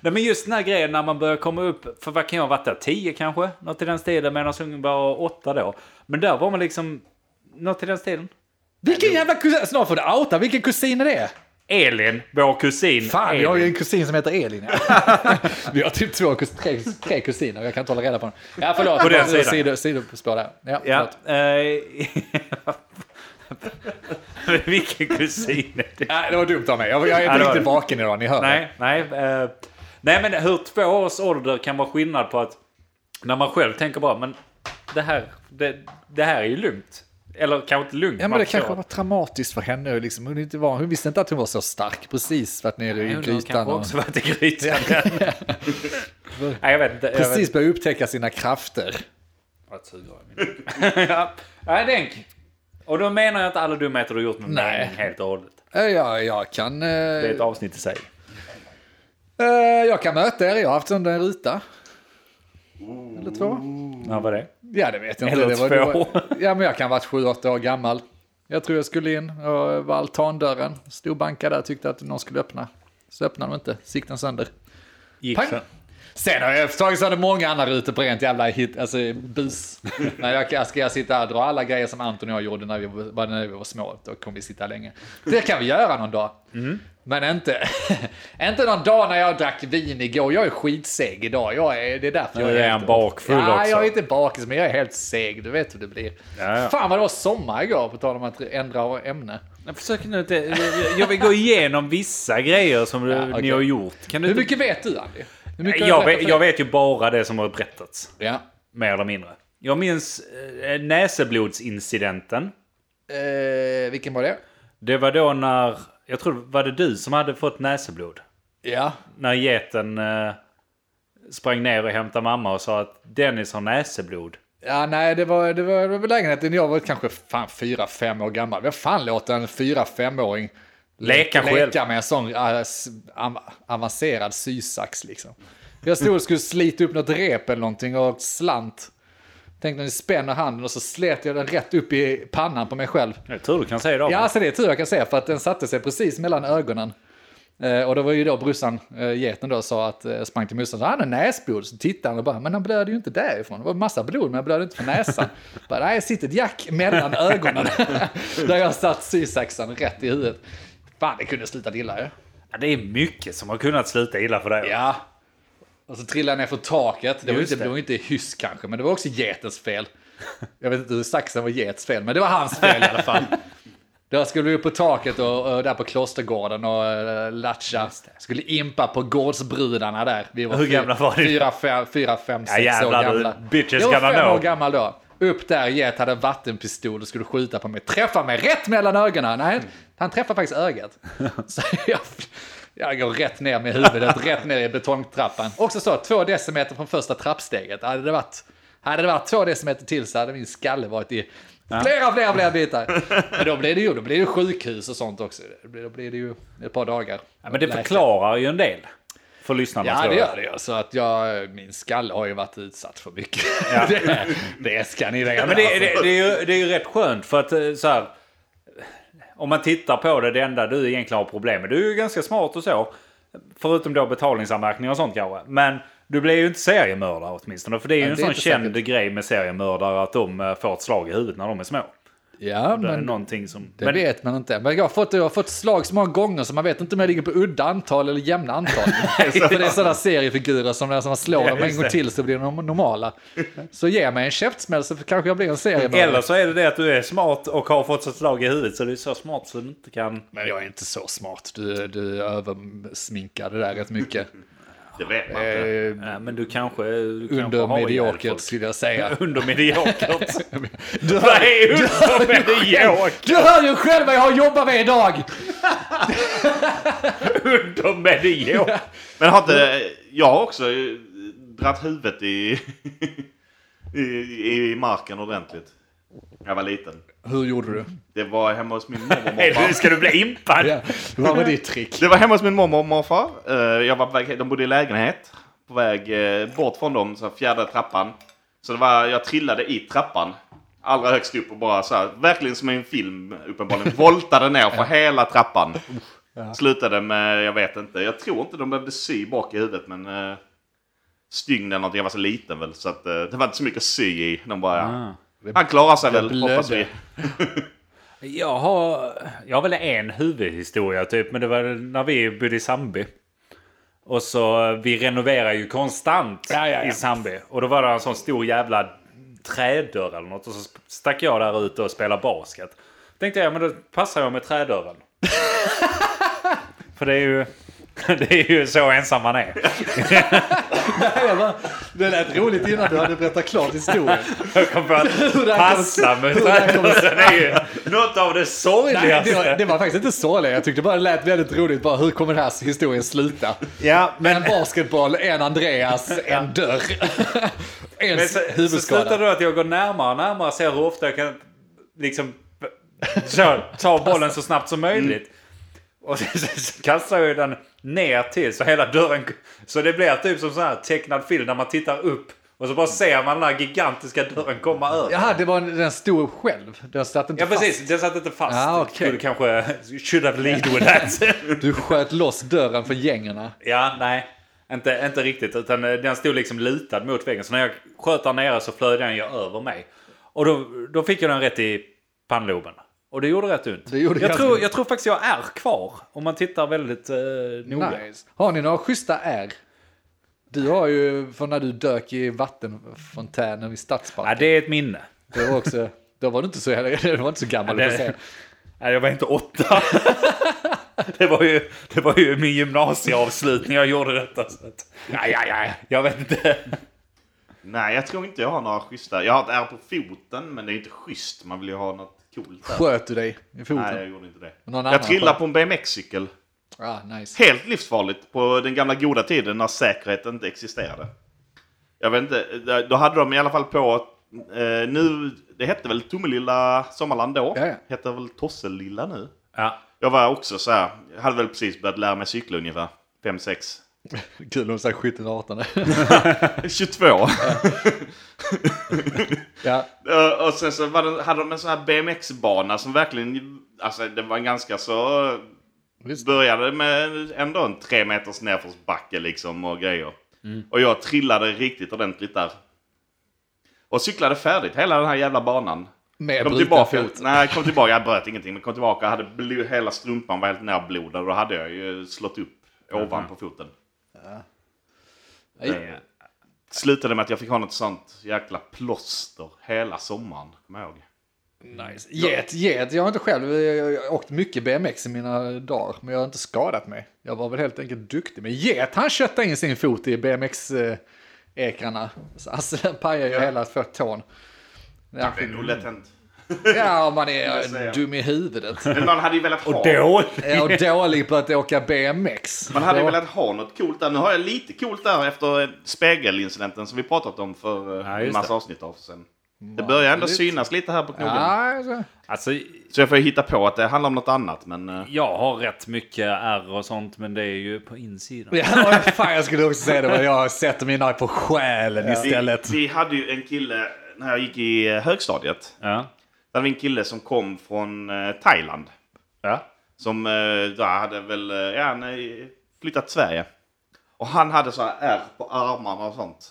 C: Nej, men just den här grejen när man börjar komma upp, för vad kan jag ha varit där? 10 kanske? Något i den stilen, medan hon var åtta då. Men där var man liksom, något i den stilen.
D: Vilken jävla kusin, snart får du outa, vilken kusin är det?
C: Elin, vår kusin.
D: Fan,
C: Elin.
D: jag har ju en kusin som heter Elin. [laughs] vi har typ två, kus- tre, tre kusiner, jag kan inte hålla reda på dem. Ja, förlåt.
C: På den
D: bara
C: sidan.
D: Sido, sidospår där. Ja,
C: Ja,
D: förlåt.
C: eh, [laughs] vilken kusin är det?
D: Nej, det var dumt av mig. Jag, jag är
C: Ja, det
D: inte
C: var
D: riktigt
C: det.
D: vaken idag, ni hör.
C: Nej, nej. Eh, nej, men hur två års ålder kan vara skillnad på att när man själv tänker bara, men det här, det, det här är ju lugnt. Eller kanske inte lugnt.
D: Ja, men
C: man
D: det
C: förstår.
D: kanske var traumatiskt för henne. Liksom. Hon, inte var, hon visste inte att hon var så stark precis, varit nere i
C: Hon har
D: grytan
C: kanske
D: och
C: också varit i grytan. [laughs] Nej, jag vet inte. Jag
D: precis började upptäcka sina krafter.
C: Vet inte. [laughs] ja, nej, denk. Och då menar jag inte alla dumheter du gjort med
D: Nej.
C: mening helt och hållet.
D: Ja, jag, jag kan... eh,
C: Det är ett avsnitt i sig.
D: eh, jag kan möta er, jag har haft en där ruta. Eller två.
C: Ja, vad det?
D: Ja, det vet jag inte.
C: Eller
D: det var, det
C: två.
D: var, ja, men jag kan ha varit sju, åtta år gammal. Jag tror jag skulle in och var altandörren. Stod bankad där tyckte att någon skulle öppna. Så öppnade de inte, så gick den sönder.
C: Gick
D: Pang!
C: så.
D: Sen har jag tagit sönder många andra rutor på rent jävla hit, alltså
C: [laughs]
D: bus. Men jag, jag ska jag sitta här och dra alla grejer som Anton och jag gjorde när vi, var, när vi var små. Då kommer vi sitta länge. Det kan vi göra någon dag.
C: Mm.
D: Men inte, [laughs] inte någon dag när jag drack vin igår. Jag är skitseg idag. Jag är, det är därför
C: Nu
D: jag
C: är han
D: helt-
C: bakfull
D: ja,
C: också.
D: Jag är inte bakis, men jag är helt seg. Du vet hur det blir.
C: Ja, ja.
D: Fan vad det var sommar igår, på tal om att ändra ämne.
C: Jag försöker nu inte... jag- Jag vill gå igenom vissa grejer som du-
D: Ja, okej.
C: ni har gjort. Kan du
D: Hur
C: inte-
D: mycket vet du, Andy? Hur mycket har
C: jag,
D: du vetat
C: vet,
D: för-
C: jag vet ju bara det som har berättats.
D: Ja.
C: Mer eller mindre. Jag minns eh, näseblodsincidenten.
D: Eh, vilken var det?
C: Det var då när... Jag tror var det du som hade fått näseblod.
D: Ja.
C: när geten eh, sprang ner och hämtade mamma och sa att Dennis har näseblod.
D: Ja, nej, det var, det var det var lägenheten. Jag var kanske fan fyra, fem år gammal. Vem fan låter en fyra, femåring
C: Leka själv.
D: leka med en sån äh, s- am, avancerad sysax liksom? Jag stod och skulle slita upp något rep eller någonting och slant. Tänkte att ni spänner handen och så slet jag den rätt upp i pannan på mig själv.
C: Jag tror du kan säga det.
D: Ja,
C: Abraham.
D: alltså det är tur jag kan säga för att den satte sig precis mellan ögonen. Eh, och det var ju då brorsan, eh, geten då, sa att, eh, sprang till morsan och sa han har näsblod. Så tittade han och bara, men han blöder ju inte därifrån. Det var massa blod, men han blöder inte från näsan. bara, nej, det sitter ett jack mellan ögonen. [laughs] där jag satt sysaxen rätt i huvudet. Fan, det kunde sluta illa ju.
C: Ja, det är mycket som har kunnat sluta illa för dig.
D: Ja. Och så trillade han ner för taket. Det var, ju
C: Just
D: inte, det.
C: det.
D: var ju inte hyss kanske, men det var också getens fel. Jag vet inte hur saxen var gets fel, men det var hans fel i
C: [laughs]
D: alla fall. Där skulle vi upp på taket och, och där på klostergården och uh, latcha. Skulle impa på gårdsbrudarna där. Vi var
C: Hur
D: fyra-
C: gamla var ni?
D: Fyra, fem, fyra, fem sex
C: jävlar,
D: år gamla.
C: du bitches
D: jag var
C: gamla
D: fem
C: nå.
D: år gammal då. Upp där, get hade en vattenpistol och skulle skjuta på mig. Träffa mig rätt mellan ögonen. Nej,
C: Mm.
D: han träffade
C: [laughs]
D: faktiskt ögat. Så jag, jag går rätt ner med huvudet, rätt ner i betongtrappan. Också så, två decimeter från första trappsteget. Hade det varit, hade det varit två decimeter till så hade min skalle varit i flera, flera, flera bitar. Men då blir det ju, då blir det sjukhus och sånt också. Då blir, då blir det ju ett par dagar.
C: Ja, men det
D: Läkare.
C: förklarar ju en del. För lyssnarna
D: Ja,
C: tror
D: det
C: jag.
D: gör det ju. Så att jag, min skalle har ju varit utsatt för mycket. [laughs] det, det ska ni alltså. veta.
C: Ja, men det, det, det, är ju, det är ju rätt skönt för att eh, så här, om man tittar på det, det enda du egentligen har problem med, du är ju ganska smart och så, förutom då betalningsanmärkningar och sånt kanske, men du blir ju inte seriemördare åtminstone, för det är ju
D: Ja,
C: en
D: det är
C: sån
D: inte
C: känd
D: säkert.
C: grej med seriemördare att de eh, får ett slag i huvudet när de är små.
D: ja,
C: Det är
D: men
C: någonting som...
D: Det
C: men,
D: vet man inte. Men jag har, fått, jag har fått slag så många gånger så man vet inte om jag ligger på udda antal eller jämna [laughs] antal. För det är sådana seriefigurer som när man slår dem en
C: just
D: gång
C: det.
D: till så blir de normala. Så ge mig en käftsmäll så kanske jag blir en
C: eller
D: seriemördare.
C: så är det det att du är smart och har fått ett slag i huvudet så du är så smart så du inte kan...
D: Men jag är inte så smart. Du, du översminkar det där rätt [laughs] mycket.
A: Det vet man inte.
D: Eh,
C: Nej, men du kanske... Du kanske har
D: Under
C: ihjäl
D: mediokert
C: folk.
D: skulle jag säga.
C: [laughs] Under mediokert.
D: Du
C: Vad
D: hör,
C: är
A: [laughs]
C: under
D: [laughs]
C: mediokert?
D: du hör ju själv vad jag har jobbat med idag!
C: [laughs] Under mediokert.
A: Men har inte... Jag har också eh, dratt huvudet i, [laughs] i, i marken ordentligt. När jag var liten.
D: Hur gjorde du?
A: Det var hemma hos min
D: [laughs]
A: mormor och
C: Är du,
A: morfar.
C: ska du bli impad?
D: Ja, vad var [laughs] ditt trick?
A: Det var hemma hos min mormor och morfar. Eh, Jag var på väg, de bodde i lägenhet. På väg eh, bort från dem, så här fjärde trappan. Så det var, jag trillade i trappan. Allra högst upp och bara så här, verkligen som i en film uppenbarligen. Voltade ner för hela trappan. Slutade med, jag vet inte, jag tror inte de behövde sy bak i huvudet men... eh, Stygn eller någonting, jag var så liten väl så att eh, det var inte så mycket att sy i. De bara, ja. Han klarar sig väl,
D: blödde.
A: hoppas vi.
C: Jag har, jag har väl en huvudhistoria typ, men det var när vi bodde i Sandby. Och så, vi renoverar ju konstant
D: Ja, ja, ja.
C: i Sandby. Och då var det en sån stor jävla trädörr eller något. Och så stack jag där ute och spelade basket. Tänkte jag, men då passar jag med
D: [laughs]
C: trädörren. För det är ju... [laughs] Det är ju så ensam man är.
D: Jag bara, Det lät roligt innan du hade berättat klart historien.
C: Jag kom på
D: Hur det
C: att
D: här
C: passa med
D: hur det här kom-
C: trädörren är ju något av det
D: Nej, det, var,
C: sorgligaste.
D: det var faktiskt inte så länge. Jag tyckte bara det lät väldigt roligt. Bara, hur kommer den här historien sluta?
C: Ja,
D: En basketboll,
C: [laughs]
D: en Andreas, en dörr. En
C: Men så, så slutar
D: huvudskada.
C: det att jag går närmare och närmare och ser hur ofta jag kan liksom så, ta bollen så snabbt som
D: Mm.
C: möjligt. Och så, så, så kastar jag ju den ner till så hela dörren... Så det blir typ som sån här tecknad film när man tittar upp och så bara ser man den här gigantiska dörren komma över. Ja,
D: Jaha, det var en, den stod själv. Den satt inte
C: precis, den satt inte fast.
D: Ja, okej.
C: Skulle kanske... Should have lead with [laughs]
D: [laughs]
C: that.
D: fast. Du sköt loss dörren från gängerna.
C: ja, nej. Inte, inte riktigt, utan eh, den stod liksom lutad mot väggen. Så när jag sköt där nere så flög den ju över mig. Och då, då fick jag den rätt i pannloben. Och det gjorde rätt ont.
D: Det gjorde
C: jag,
D: ganska
C: tror,
D: ont.
C: jag tror faktiskt jag är kvar. Om man tittar väldigt eh, noga.
D: Nice. Har ni några schyssta ärr? Du har ju från när du dök i vattenfontänen vid
C: Ja,
D: Stadsparken.
C: det är ett minne.
D: Det var också... Då var du inte så, [laughs] det var inte så gammal.
C: Ja,
D: du
C: det-
D: får säga.
C: Nej, jag var inte åtta. [laughs] det, var ju, det var ju min gymnasieavslutning jag gjorde detta. Så att, ja, ja, ja, jag vet inte.
A: Nej, jag tror inte jag har några schyssta. Jag har ett ärr på foten, men det är inte schysst. Man vill ju ha något coolt där.
D: Sköt du dig i foten?
A: Nej, jag gjorde inte det.
D: Någon annan
A: jag trillade på en BMX-cykel.
D: Ah, nice.
A: Helt livsfarligt på den gamla goda tiden när säkerhet inte existerade. Jag vet inte, eh, då hade de i alla fall på... Eh, nu, det hette väl Tomelilla Sommarland då?
D: Ja, ja.
A: Hette väl Tosselilla nu?
C: Ja,
A: Jag var också så här, jag hade väl precis börjat lära mig cykla ungefär. 5, 6. [laughs]
D: Kul om du säger 17-18.
A: 22.
D: ja.
A: Eh, Och sen så var det, hade de en sån här BMX-bana som verkligen, alltså det var en ganska så
D: Visst.
A: Började med ändå en tre meters nedförsbacke liksom och grejer. Och jag trillade riktigt ordentligt där. Och cyklade färdigt hela den här jävla banan.
D: Med
A: kom
D: bruten
A: tillbaka,
D: fot.
A: nej, kom tillbaka, jag bröt ingenting, men kom tillbaka, hade bl- hela strumpan var helt nerblodad och då hade jag ju slått upp
C: Mm-hmm.
A: ovanpå foten.
D: Nej.
A: Det slutade med att jag fick ha något sånt jäkla plåster hela sommaren, kommer jag ihåg.
D: Nice. Get, get. Jag har inte själv jag, jag, jag har åkt mycket BMX i mina dagar, men jag har inte skadat mig. Jag var väl helt enkelt duktig. Men get, han köttade in sin fot i BMX-ekrarna. eh, Så alltså, den pajade ju hela för tån. Ja,
A: Det är nog lätt hänt.
D: ja, man
A: jag säga.
D: är dum i huvudet.
A: Men man hade ju velat ha...
C: Dåligt.
D: Jag är dålig på att åka BMX.
A: Man hade ju
D: Ja.
A: velat ha något coolt där. Nu har jag lite coolt där efter eh, spegelincidenten som vi pratat om för eh,
C: Ja,
A: en
C: just
A: massa
C: det.
A: avsnitt av sen. Det börjar ändå
D: Vanligt.
A: synas lite här på knogen.
D: Ja, alltså.
C: Alltså,
A: Så jag får ju hitta på att det handlar om något annat. Men eh,
C: jag har rätt mycket ärr och sånt, men det är ju på insidan.
D: Ja, fan, jag skulle också säga det, men jag sätter min arg på själen
A: vi,
D: istället.
A: vi hade ju en kille när jag gick i eh, högstadiet.
C: Ja.
A: Där var en kille som kom från eh, Thailand.
C: Ja.
A: Som eh, där hade väl eh, ja, han, eh, flyttat till Sverige. Och han hade så här ärr på armarna och sånt.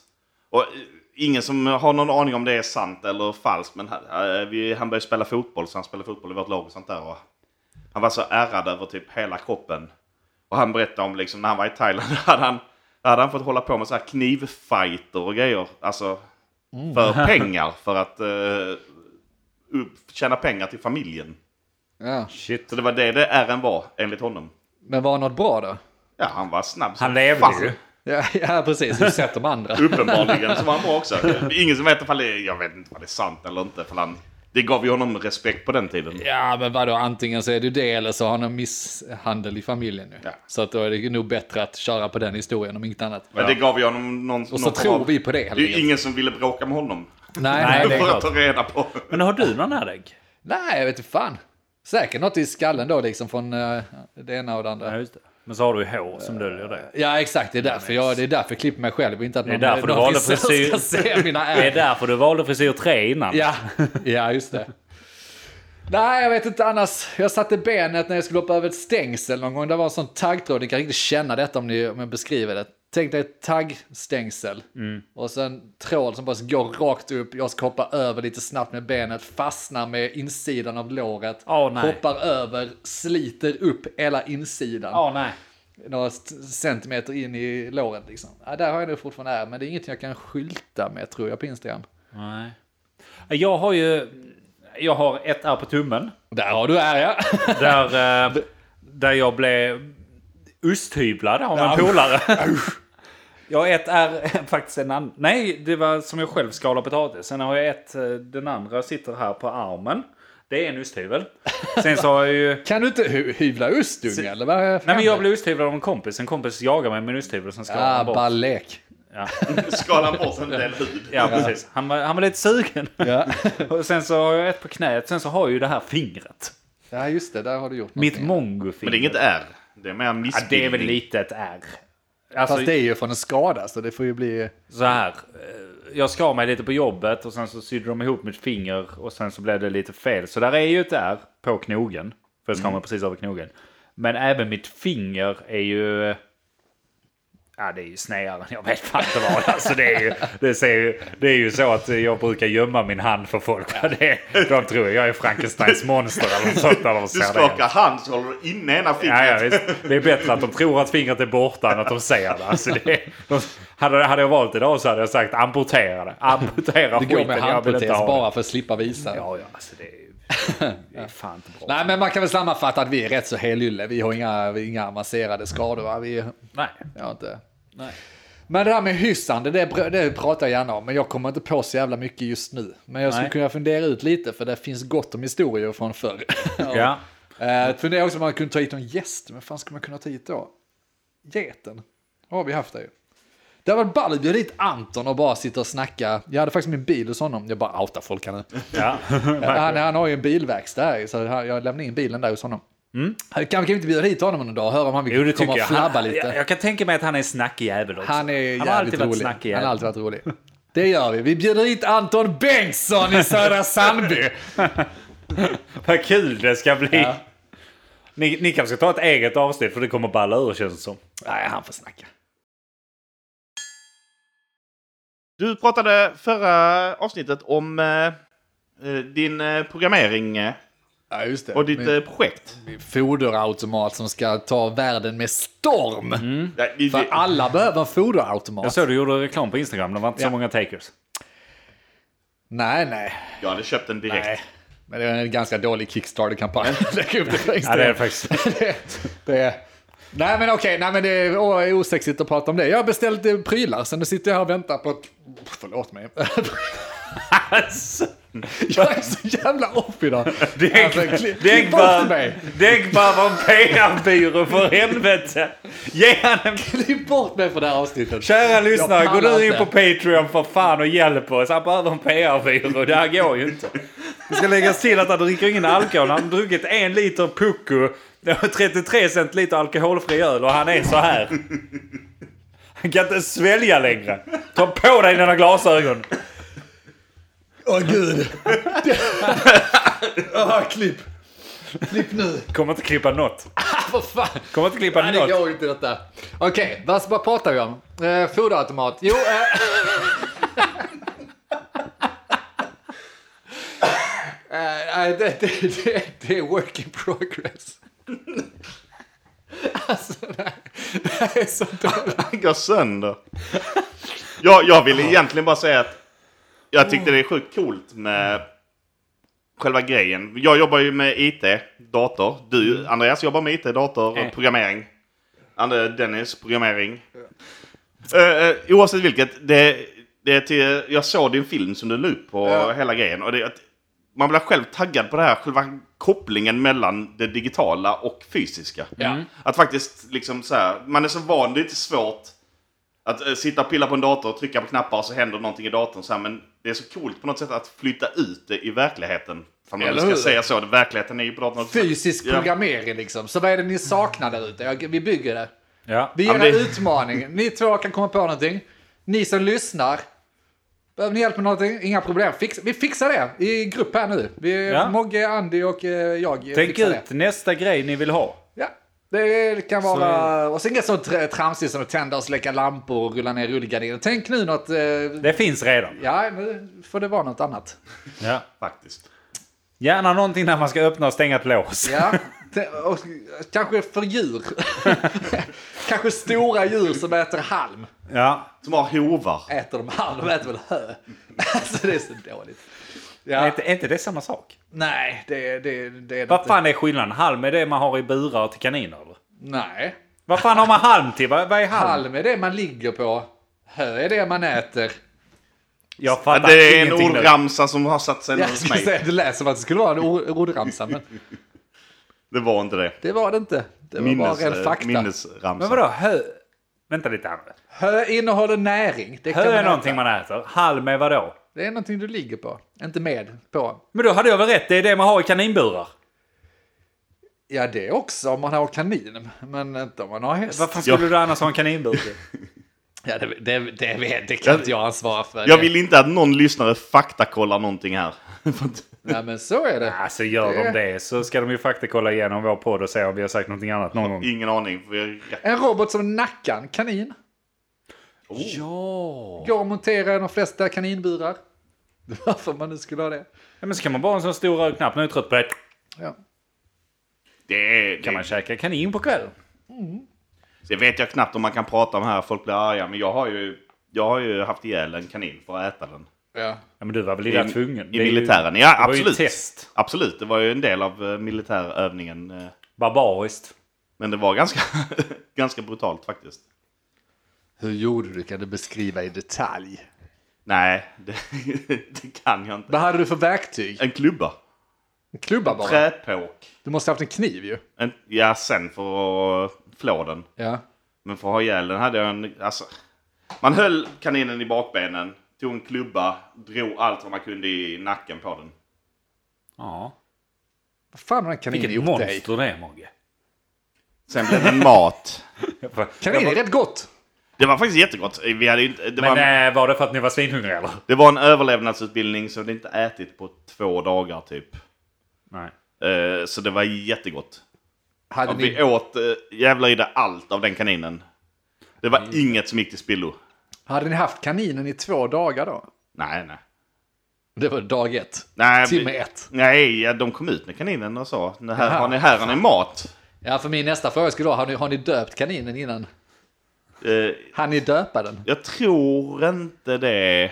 A: Och eh, ingen som har någon aning om det är sant eller falskt. Men han, eh, vi, han började spela fotboll så han spelade fotboll i vårt lag och sånt där. Och han var så ärrad över typ hela kroppen. Och han berättade om liksom när han var i Thailand. [laughs] Där hade han, där hade han fått hålla på med så här knivfighter och grejer. Alltså för pengar. För att eh, upp, tjäna pengar till familjen.
D: Ja.
C: Shit.
A: Så det var det det ärren var, enligt honom.
D: Men var något bra då?
A: Ja, han var snabb som
C: Han levde
A: fan.
C: ju.
D: Ja, ja precis. Du sett de andra.
A: [laughs] Uppenbarligen så var han bra också. Det är ingen som vet ifall det är, jag vet inte om det är sant eller inte. För han, det gav ju honom respekt på den tiden.
D: Ja, men vadå, antingen så är det det eller så har han en misshandel i familjen nu.
A: Ja.
D: Så att då är det nog bättre att köra på den historien om inget annat.
A: Men det gav ju honom någon...
D: Och så
A: någon form av-
D: tror vi på det, helt
A: Det är ju
D: enkelt.
A: ingen som ville bråka med honom.
D: Nej,
C: Nej,
D: nej,
A: det
D: nej,
A: får
C: klart.
A: jag ta reda på.
C: Men har du någon ärrägg?
D: nej, jag vet inte fan. Säkert något i skallen då, liksom från eh, det ena och det andra.
C: Ja, just det. Men så har du ju hår som döljer det.
D: Ja, exakt. Det är därför jag, det är därför jag klipper mig själv. Inte att
C: Det är
D: någon,
C: därför du
D: någon
C: valde
D: frisör
C: frisyr.
D: ska se mina
C: Det är
D: ärr.
C: därför du valde frisyr 3 innan.
D: Ja, [laughs] ja, just det. Nej, jag vet inte annars. Jag satte benet när jag skulle hoppa över ett stängsel någon gång. Det var en sån taggtråd. Ni kan riktigt känna detta om, ni, om jag beskriver det. Tänk dig ett taggstängsel
C: Mm.
D: och sen tråd som bara går rakt upp. Jag ska hoppa över lite snabbt med benet, fastnar med insidan av låret,
C: Åh, nej.
D: hoppar över, sliter upp hela insidan
C: Ja, nej.
D: några st- centimeter in i låret. Liksom. Ja, där har jag nog fortfarande är, men det är inget jag kan skylta med tror jag på Instagram.
C: Nej. Jag har ju... Jag har ett ärr på tummen.
D: Där har du är ja.
C: [laughs] Där, eh, där jag blev osthyvlad av en polare. [laughs] Jag ett är [laughs] faktiskt en annan. Nej, det var som jag själv skalade potatis. Sen har jag ett, eh, den andra sitter här på armen. Det är en osthyvel. Sen så har jag ju...
D: Kan du inte hy- hyvla ost unge eller? Vad är det för
C: Nej men jag
D: händer?
C: blev osthyvlad av en kompis. En kompis jagar mig med en osthyvel som skalade
D: Ah,
C: han bort.
D: ballek.
A: Skala bort en del hud.
C: Ja, precis. Han var, han var lite sugen.
D: Ja.
C: Och sen så har jag ett på knät. Sen så har jag ju det här fingret.
D: ja, just det. Där har du gjort
C: Mitt
D: någonting.
C: mongofinger.
A: Men det är inget R. Det är mer
C: ja,
A: missbildning.
C: det är väl lite ett R. Alltså,
D: Fast det är ju från en skada, så det får ju bli...
C: så här. eh, Jag skar mig lite på jobbet och sen så sydde de ihop mitt finger och sen så blev det lite fel. Så där är ju ett R på knogen. För jag
A: Mm.
C: skar mig precis över knogen. Men även mitt finger är ju... eh, Ja, det är ju snedare än jag vet fan inte vad. Alltså, det, är ju, det, ser ju, det är ju så att jag brukar gömma min hand för folk. [laughs] Det, de tror jag är Frankensteins monster eller något sånt. När de ser
A: Du
C: det.
A: skakar hand så håller du inne ena
C: Ja,
A: fingret.
C: ja, visst. Det är bättre att de tror att fingret är borta än att de ser det. Alltså det de, hade, hade jag valt idag så hade jag sagt amputera det. Amputera
D: Det går
C: skiten,
D: med
C: jag vill
D: handprotes
C: inte ha det.
D: bara för att slippa visa.
C: Ja, ja, alltså det är, det är fan inte bra.
D: Nej, men man kan väl sammanfatta att vi är rätt så helylle. Vi har inga, vi har inga avancerade skador. Va? Vi,
C: Nej.
D: jag har inte. Men det här med hyssande, det, pr- det pratar jag gärna om, men jag kommer inte på så jävla mycket just nu. Men jag skulle
C: Nej.
D: kunna fundera ut lite, för det finns gott om historier från förr.
C: Ja.
D: Eh, fundera också om man kunde ta hit någon gäst, men fan ska man kunna ta hit då? Geten har vi haft det ju. Det var ballt att bjuda dit Anton och bara sitta och snacka. Jag hade faktiskt min bil hos honom. Jag bara outar folk här nu. Eh,
C: ja.
D: Han, han har ju en bilverkstad här, så han- jag lämnade in bilen där hos honom. Eh, Kan, kan vi inte bjuda hit honom någon dag och höra om han vill
C: Jo, det
D: komma
C: tycker
D: och
C: jag.
D: flabba
C: Han,
D: lite?
C: jag. Jag kan tänka mig att han är en snackig jävel också.
D: Han är jävligt
C: han har alltid varit
D: rolig.
C: snackig
D: han
C: jävel.
D: har alltid varit rolig. Det gör vi. Vi bjuder hit Anton Bengtsson i Södra Sandby.
C: Vad kul det ska bli.
D: Ja.
C: Ni, ni kanske ska ta ett eget avsnitt för det kommer balla ur känns det som.
D: Nej, han får snacka.
A: Du pratade förra avsnittet om eh, eh, din eh, programmering eh,
D: Ja, just det.
A: och ditt eh, projekt.
D: Min foderautomat som ska ta världen med storm.
A: Ja, vi-
D: För
A: vi-
D: alla behöver en
C: Mm. Jag
D: foderautomat.
C: såg du gjorde reklam på Instagram. Det var inte så
D: Ja.
C: många takers.
D: Nej, nej.
A: Jag hade köpt den direkt.
D: Nej. Men det är en ganska dålig Kickstarter-kampanj. Lägg upp [laughs] det på
C: Ja, det är det
D: Instagram.
C: [laughs] faktiskt.
D: det, [laughs] det, nej men okej, nej men det är åh, osexigt att prata om det. Jag har beställt eh, prylar, så nu sitter jag här och väntar på att... Förlåt mig. [laughs]
C: Alltså.
D: jag är så jävla off idag. Alltså, kli- klipp bort mig! [laughs]
C: Däggbar var en PR-byrå för helvete! Ge han en...
D: Klipp bort mig från det här avsnittet.
C: Kära lyssnare,
D: Jag
C: gå
D: pallar
C: nu in
D: inte.
C: på Patreon för fan och hjälp oss. Han behöver en PR-byrå. Det här går ju inte. Det ska läggas till att han dricker ingen alkohol. Han har druckit en liter Pucko, 33 centiliter alkoholfri öl och han är så här. Han kan inte svälja längre. Ta på dig dina glasögon.
D: Åh gud! Åh, klipp! [laughs] Klipp nu!
C: Kommer inte klippa något.
D: Vad fan?
C: Kommer inte klippa
D: Nej, det
C: något.
D: går inte detta. Okej, vad, vad pratar vi om? Eh, foderautomat. Jo, eh... [laughs] Eh, nej, det, det, det, det är work in progress. [laughs] alltså, nej. Det här är så dåligt.
A: Han [laughs] går sönder. Jag, jag ville egentligen bara säga att jag tyckte det är sjukt coolt med själva grejen. Jag jobbar ju med IT, dator. Du,
D: Mm.
A: Andreas, jobbar med IT, dator
D: Eh.
A: och programmering. Andre, Dennis, programmering. Eh, eh, oavsett vilket, det, det är till, jag såg din film som du la upp på
D: Ja.
A: hela grejen. Och det, är att man blir själv taggad på det här, själva kopplingen mellan det digitala och fysiska.
D: Ja.
A: Att faktiskt liksom så här, man är så van, det är inte svårt att eh, sitta och pilla på en dator och trycka på knappar och så händer någonting i datorn så här, men det är så coolt på något sätt att flytta ut det i verkligheten. Om man
D: Eller
A: ska
D: hur?
A: säga så, verkligheten är ju på datorn.
D: Fysisk
A: Ja.
D: programmering liksom. Så vad är det ni saknar där ute? Jag- Vi bygger det.
C: Ja.
D: Vi
A: Ja,
D: ger
A: men
D: en
A: det-
D: utmaning. Ni två kan komma på någonting. Ni som lyssnar. Behöver ni hjälp med någonting? Inga problem. Fix, vi fixar det i grupp här nu. Vi,
C: Ja.
D: Mogge, Andy och eh, jag eh,
C: Tänk
D: fixar
C: ut
D: det.
C: nästa grej ni vill ha.
D: Ja. Det kan vara... Och så inget sånt tr- tramsigt som att tända och släcka lampor och rulla ner rullgardiner. Tänk nu något... Eh,
C: Det finns redan.
D: Ja, nu får det vara något annat.
C: Ja.
A: Faktiskt.
C: Gärna någonting där man ska öppna och stänga ett lås.
D: Ja. [laughs] T- och, kanske för djur. [laughs] kanske stora djur som äter halm.
C: Ja.
A: Som har hovar.
D: äter de halm, de äter väl hö. [laughs] Alltså det är så dåligt. Ja.
C: Är, inte, är inte det samma sak?
D: Nej, det, det, det är det
C: Vad
D: inte.
C: fan är skillnaden? Halm är det man har i burar till kaniner eller?
D: Nej.
C: Vad fan har man halm till? Vad, vad är halm?
D: Halm är det man ligger på. Hö är det man äter.
C: Jag
A: Ja,
C: fattar
A: det är en
C: ingenting nu.
A: ordramsa som har satt sig ner
D: Jag
A: hos
D: skulle
A: mig.
D: säga, det lät som att det skulle vara en or- ordramsa, men
A: Det var inte det. eh,
D: det var det inte. Det var bara ren fakta.
A: minnesramsa.
C: Men vadå hö? Vänta lite här nu.
D: Hö innehåller näring. Det, kan
C: Hö
D: man
C: är
D: äta.
C: någonting man äter. Halm är vadå?
D: det är någonting du ligger på, inte med på.
C: Men då hade jag väl rätt. Det är det man har i kaninburar.
D: Ja, det också om man har kanin, men inte om man har häst.
C: Vad fan skulle
A: Ja.
C: du annars ha en kaninbur
D: [laughs]
C: till?
D: Ja, det, det, det, vet- det kan inte jag ansvara för.
A: Jag vill inte att någon lyssnare faktakollar någonting här. [laughs] För att-
D: Nej, men så är det.
C: Alltså gör de det så ska de ju faktiskt kolla igenom vår podd och se om vi har sagt någonting annat någon gång.
A: Ingen aning. För jag är rätt.
D: En robot som nackar en kanin.
A: Oh.
C: Ja!
D: Går att montera i de flesta kaninburar. [laughs] Varför man nu skulle ha det.
C: Men så kan man bara ha en sån stor röd knapp. Nu är jag trött på det.
D: Ja.
A: Det, är,
C: Kan man
A: det,
C: käka kanin på kvällen?
A: det vet jag knappt om man kan prata om här. Folk blir arga. Men jag har ju, jag har ju haft ihjäl en kanin för att äta den.
D: Ja.
C: Ja, men du var väl illa
A: I-
C: tvungen?
A: I
C: Det är ju-
A: militären. Ja,
C: Det var ju
A: absolut.
C: test.
A: Absolut. Det var ju en del av eh, militärövningen. eh,
C: Barbariskt.
A: Men det var ganska, [laughs] ganska brutalt faktiskt.
D: Hur gjorde du? Kan du beskriva i detalj?
A: Nej, [laughs] det, det kan jag inte.
D: Vad hade du för verktyg?
A: En klubba.
D: En klubba bara?
A: Träpåk.
D: Du måste haft en kniv ju.
A: En, ja, sen för att flå den.
D: Ja.
A: Men för att ha ihjäl den hade jag en... Alltså, man höll kaninen i bakbenen, tog en klubba, drog allt vad man kunde i nacken på den.
C: Ja.
D: Vad fan har en kanin
C: Vilket
D: gjort dig?
C: monster det är, Mogge.
A: Sen blev den mat.
D: Kanin är
C: Men
D: rätt gott. det
A: Det var faktiskt jättegott. Vi hade ju inte, det, var, en-
C: eh, var... var det för att ni var svinhungriga eller?
A: det var en överlevnadsutbildning som vi inte ätit på två dagar typ.
C: Nej.
A: Eh, Så det var jättegott.
D: Hade
A: Ja,
D: ni...
A: vi åt eh, jävla i det allt av den kaninen. Det var inget som gick till spillo.
D: Hade ni haft kaninen i två dagar då?
A: Nej, nej.
D: Det var dag ett.
A: nej vi-
D: Timme ett.
A: Nej, ja, de kom ut med kaninen och sa "Nu här
D: Jaha.
A: har ni, här har ni mat.
D: Ja, för min nästa fråga skulle vara, har ni, har ni döpt kaninen innan?
A: Eh,
D: Har ni döpa den?
A: jag tror inte det.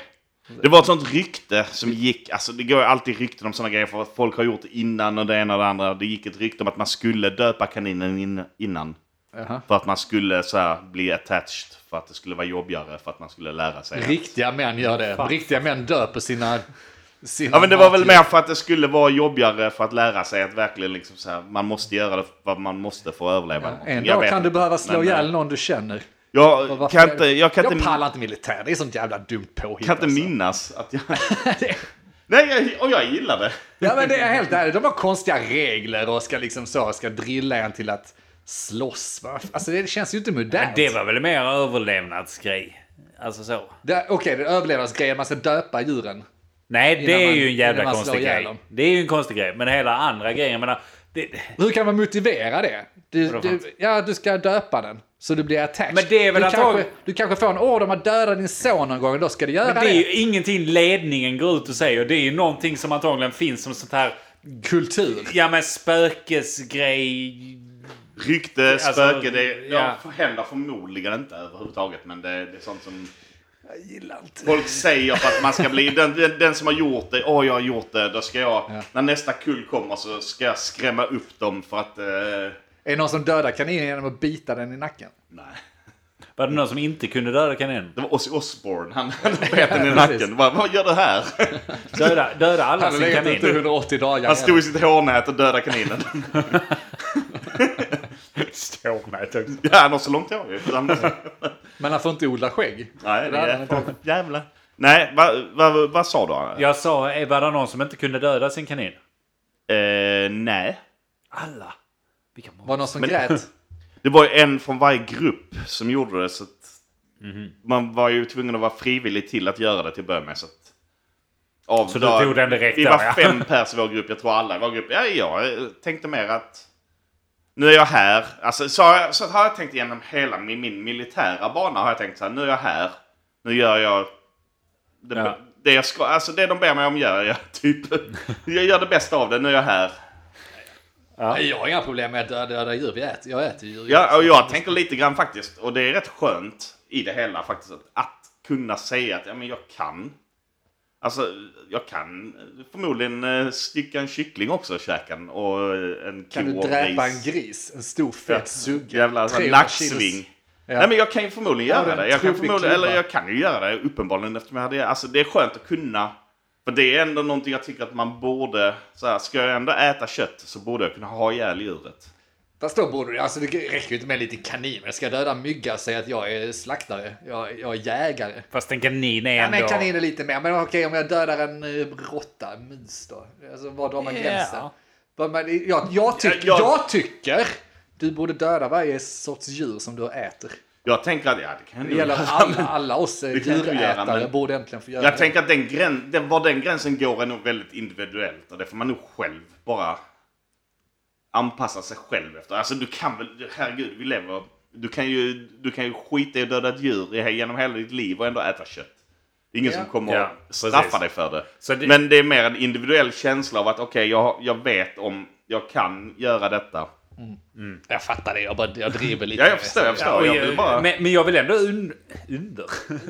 A: Det var ett sånt rykte som gick. Alltså det går ju alltid rykten om sådana grejer för att folk har gjort det innan och det ena och det andra. Det gick ett rykte om att man skulle döpa kaninen in, innan.
D: Jaha.
A: För att man skulle så här, bli attached. För att det skulle vara jobbigare. För att man skulle lära sig.
D: Riktiga män gör det. Riktiga män döper sina... sina
A: Ja men det var väl
D: matdjur.
A: mer för att det skulle vara jobbigare för att lära sig att verkligen liksom så här, man måste göra det vad man måste för att överleva. Ja,
D: En dag kan du behöva slå ihjäl någon du känner.
A: eh, Jag
D: Varför
A: kan
D: är-
A: inte, jag kan inte,
D: pallar inte militär, det är sånt jävla dumt alltså. påhitt.
A: kan inte minnas att jag...
D: [laughs]
A: Nej, jag, och jag gillar det.
D: Ja men det är helt ärligt, de har konstiga regler och ska liksom så, ska drilla en till att slåss. Va? Alltså det känns ju inte modernt.
C: Det var väl mer överlevnadsgrej. Alltså så.
D: Det- Okej, det är överlevnadsgrejen, man ska döpa djuren.
C: Nej, det
D: Innan
C: är
D: man-
C: ju en jävla
D: innan man slår
C: konstig
D: ihjäl
C: grej.
D: dem.
C: Det är ju en konstig grej. Men hela andra grejen, jag menar... Det,
D: Hur kan man motivera det? Du,
C: Vadå fan?
D: du, ja, du ska döpa den. Så du blir attached.
C: Men det är väl
D: du, kanske,
C: antagligen-
D: du kanske får en order om att döda din son någon gång, då ska du göra
C: men det är
D: det.
C: ju ingenting ledningen går ut och säger. Det är ju någonting som antagligen finns som sånt här...
D: Kultur.
C: Ja men spökesgrej...
A: Rykte,
C: Alltså,
A: spöke, det ja.
C: ja.
A: händer förmodligen inte överhuvudtaget. Men det, det är sånt som
D: Jag gillar inte.
A: folk säger för att man ska bli... Den, den, den som har gjort det, åh jag har gjort det, då ska jag... När nästa kull kommer så ska jag skrämma upp dem för att... Eh,
D: Är det någon som dödar kaninen genom att bita den i nacken?
A: nej.
C: Var det någon som inte kunde döda kaninen?
A: Det var Ozzy Osbourne. Han
D: [laughs]
A: han bet den i
D: Ja,
A: nacken.
D: precis.
A: Bara, Vad gör du här?
C: Döda, döda alla
D: Han har
C: sin
D: legat ute i
C: kanin.
D: 180 dagar.
A: Alltså, Han stod i sitt hårnät och dödade kaninen. [laughs]
C: Stålnät också.
A: Ja, han har så långt hår ju. Han-
D: Men han får inte odla skägg.
A: Nej, det
D: hade
A: är
D: han inte.
A: Jävlar. Nej, vad vad- vad sa du? Anna?
C: Jag sa, eh, var det någon som inte kunde döda sin kanin?
A: Eh, nej.
C: Alla. Vilka mål.
D: Var det någon
A: [laughs]
D: som grät?
A: Det var ju en från varje grupp som gjorde det. Så att
C: Mhm.
A: Man var ju tvungen att vara frivillig till att göra det till att börja med. Så, att, av
C: Så du
A: där-
C: tog den direkt
A: Vi
C: där,
A: var
C: ja.
A: fem pers i vår grupp. Jag tror alla i vår grupp. Ja, jag eh, tänkte mer att nu är jag här. Alltså, så, har jag, så har jag tänkt igenom hela min, min militära bana. Har jag tänkt så här, nu är jag här. Nu gör jag det,
C: Ja.
A: det jag ska. Alltså det de ber mig om gör jag. [laughs] Typ. jag gör det bästa av det. Nu är jag här.
D: Nej, Jag har inga problem med att döda, döda djur. Vi äter, jag äter djur.
A: Ja, och
D: Alltså,
A: jag tänker lite grann faktiskt, och det är rätt skönt i det hela faktiskt, att, att kunna säga att ja, men jag kan. Alltså, jag kan förmodligen eh, stycka en kyckling också i käken och eh, en
D: Kan du
A: ko och
D: dräpa
A: ris.
D: en gris? En stor fet sugga?
A: Jävla sån här
D: 300 kilos.
A: laxsving.
D: Ja.
A: Nej men jag kan ju förmodligen
D: Ja,
A: göra
D: det är
A: det.
D: en
A: Jag kan
D: trubbig
A: förmodligen,
D: klubba.
A: eller jag kan ju göra det uppenbarligen eftersom jag hade... Alltså det är skönt att kunna. För det är ändå någonting jag tycker att man borde... Så här, ska jag ändå äta kött så borde jag kunna ha ihjäl djuret.
D: Fast då borde du, alltså det räcker ju inte med en liten kanin. Jag ska döda en mygga och säga att jag är slaktare. Jag, jag är jägare.
C: Fast en kanin är
D: Ja,
C: ändå...
D: men kanin är lite mer. Men okej, om jag dödar en eh, råtta, en mus då? Alltså var drar man
C: Ja.
D: gränsen? Vad man- Jag, jag, tycker,
A: Ja, jag-
D: jag... tycker du borde döda varje sorts djur som du äter.
A: Jag tänker att ja, det kan jag
D: Det
A: nog
D: gäller
A: göra,
D: alla, alla oss eh,
A: Det kan du göra,
D: djurätare
A: men-
D: borde äntligen få göra
A: Jag
D: det.
A: tänker att den grän, den, var den gränsen går är nog väldigt individuellt och det får man nog själv bara anpassa sig själv efter. Alltså du kan väl, herregud vi lever, du kan ju, du kan ju skita i att döda ett djur i- genom hela ditt liv och ändå äta kött. Det är ingen
D: Ja.
A: som kommer
C: Ja,
A: att
C: precis.
A: straffa dig för det.
C: Så det-
A: Men det är mer en individuell känsla av att okej, jag, jag vet om jag kan göra detta.
D: Jag fattar det, jag, bara, jag driver lite.
A: Ja, jag förstår, jag förstår.
C: och
A: jag
C: jag-
A: vill bara...
C: men, men jag vill ändå un,
A: [laughs]
C: under...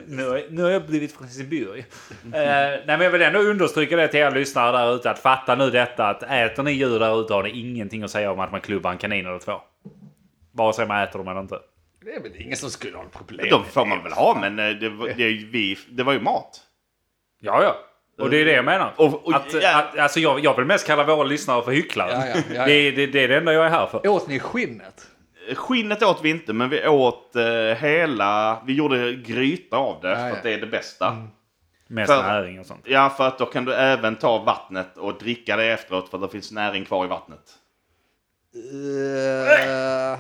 C: nu, har- nu har jag blivit från Sibirien. Eh, nej, men jag vill ändå understryka det till er lyssnare där ute. Att fatta nu detta att äter ni djur där ute har ni ingenting att säga om att man klubbar en kanin eller två. Vare sig man äter dem eller inte.
D: Det är väl ingen som skulle ha något problem.
A: De får man väl ha, men eh, det, var- det, är ju vi, det var ju mat.
C: Ja, ja. Och det är det jag menar.
A: Och- och-
C: att,
A: ja.
C: att, alltså jag, jag vill mest kalla våra lyssnare för hycklare.
D: Ja, ja, ja, ja.
C: Det, det, det är det enda jag är här för.
D: Åt ni skinnet?
A: Skinnet åt vi inte, men vi åt eh, hela... Vi gjorde gryta av det,
D: Ja,
A: för
D: ja. Mm.
A: att det är det bästa.
C: Mest
A: För-
C: näring och sånt.
A: Ja, för att då kan du även ta vattnet och dricka det efteråt, för att det finns näring kvar i vattnet. Ja,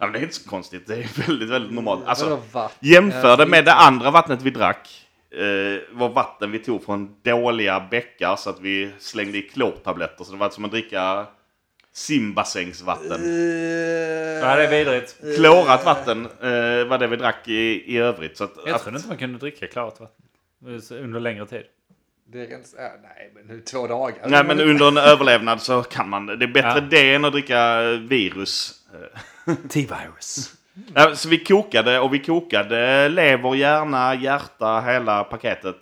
A: men det är inte så konstigt. Det är väldigt, väldigt normalt. Alltså,
D: Eh, Vadå vatten?
A: jämför
D: Ja,
A: det med det andra vattnet vi drack. Eh, var vatten vi tog från dåliga bäckar, så att vi slängde i klortabletter. Så det var som att dricka
D: Eh,
A: Simbassängsvatten.
C: Nej, det är vidrigt.
A: Klorat vatten eh, var det vi drack i, i övrigt. Så att,
C: Jag
A: att-
C: trodde inte man kunde dricka klarat vatten under längre tid.
D: Det är ganska, äh, nej, men nu två dagar.
A: Nej, men under en överlevnad så kan man. Det är bättre
C: Ja.
A: det än att dricka eh, virus. Eh,
C: T-virus.
A: nej, Så vi kokade och vi kokade lever, hjärna, hjärta, hela paketet.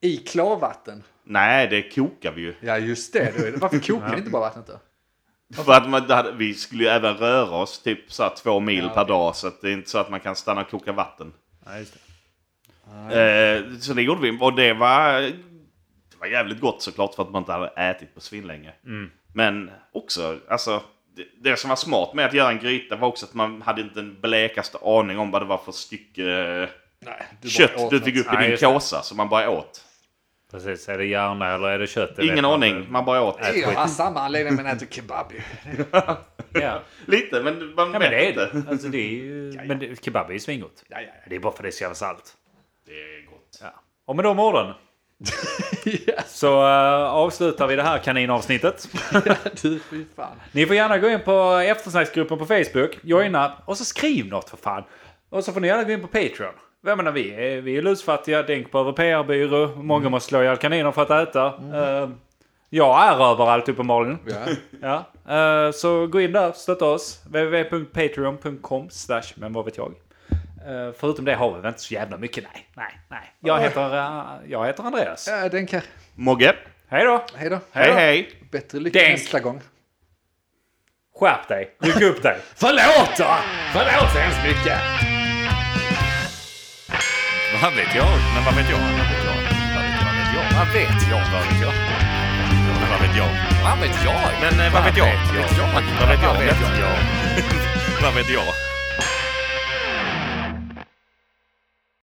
D: I klarvatten.
A: Nej, det kokar vi ju.
D: Ja, just det. du. Varför kokar ni inte bara vattnet då?
A: För att man, det hade, vi skulle ju även röra oss typ så här, två mil
D: Ja,
A: per
D: okej.
A: dag. Så att det är inte så att man kan stanna och koka vatten.
C: Ja, just det.
A: Eh, så det gjorde vi. Och det var, det var jävligt gott såklart för att man inte hade ätit på svinlänge.
C: Mm.
A: Men också, alltså. det- Det som var smart med att göra en gryta var också att man hade inte den blekaste aning om vad det var för stycke eh,
D: Nej, du bara
A: kött
D: åt
A: du
D: något.
A: fick upp
C: Nej,
A: i din
C: just det.
A: kåsa som man bara åt.
C: Precis, är det hjärna eller är det kött? Det vet
A: Ingen
C: man
A: aning,
C: inte.
A: man bara åt.
D: Jag har samma anledning men äter kebab ju.
C: Ja.
A: Lite, men man
C: ja, men
A: vet
C: det är
A: inte.
C: det. Alltså, det är
A: [laughs]
C: ju... Men det, kebab är ju svingott.
D: Ja, ja,
C: Det är bara för det är så jävla salt.
A: Det är gott.
C: Och med
A: [laughs]
C: de orden
D: ja.
C: så eh, avslutar vi det här kaninavsnittet.
D: Ja, du, fy fan.
C: Ni får gärna gå in på eftersnacksgruppen på Facebook, joina och så skriv något för fan. Och så får ni gärna gå in på Patreon. Jag menar, vi är, vi är lusfattiga, Denk behöver PR-byrå, många måste slå ihjäl kaniner för att äta. Eh, jag är överallt uppenbarligen.
D: Ja.
C: Ja, eh, så gå in där, stötta oss. www.patreon.com slash men vad vet jag. Eh, Förutom det har vi väl inte så jävla mycket, nej, nej, nej. Jag heter, eh, jag heter Andreas.
D: Ja, den kan...
A: Mogge,
C: Hej då!
D: Hej då.
A: hej hej!
D: Bättre lycka
C: Denk.
D: nästa gång.
C: Skärp dig, ryck upp dig!
D: Förlåt då! Förlåt så hemskt mycket!
B: Vad vet jag? Men vad vet jag? Vad vet jag? Vad vet jag? Vad vet jag? Men vad vet jag? Vad vet jag? Men vad vet jag? Vad vet jag? Vad vet jag? Vad vet jag?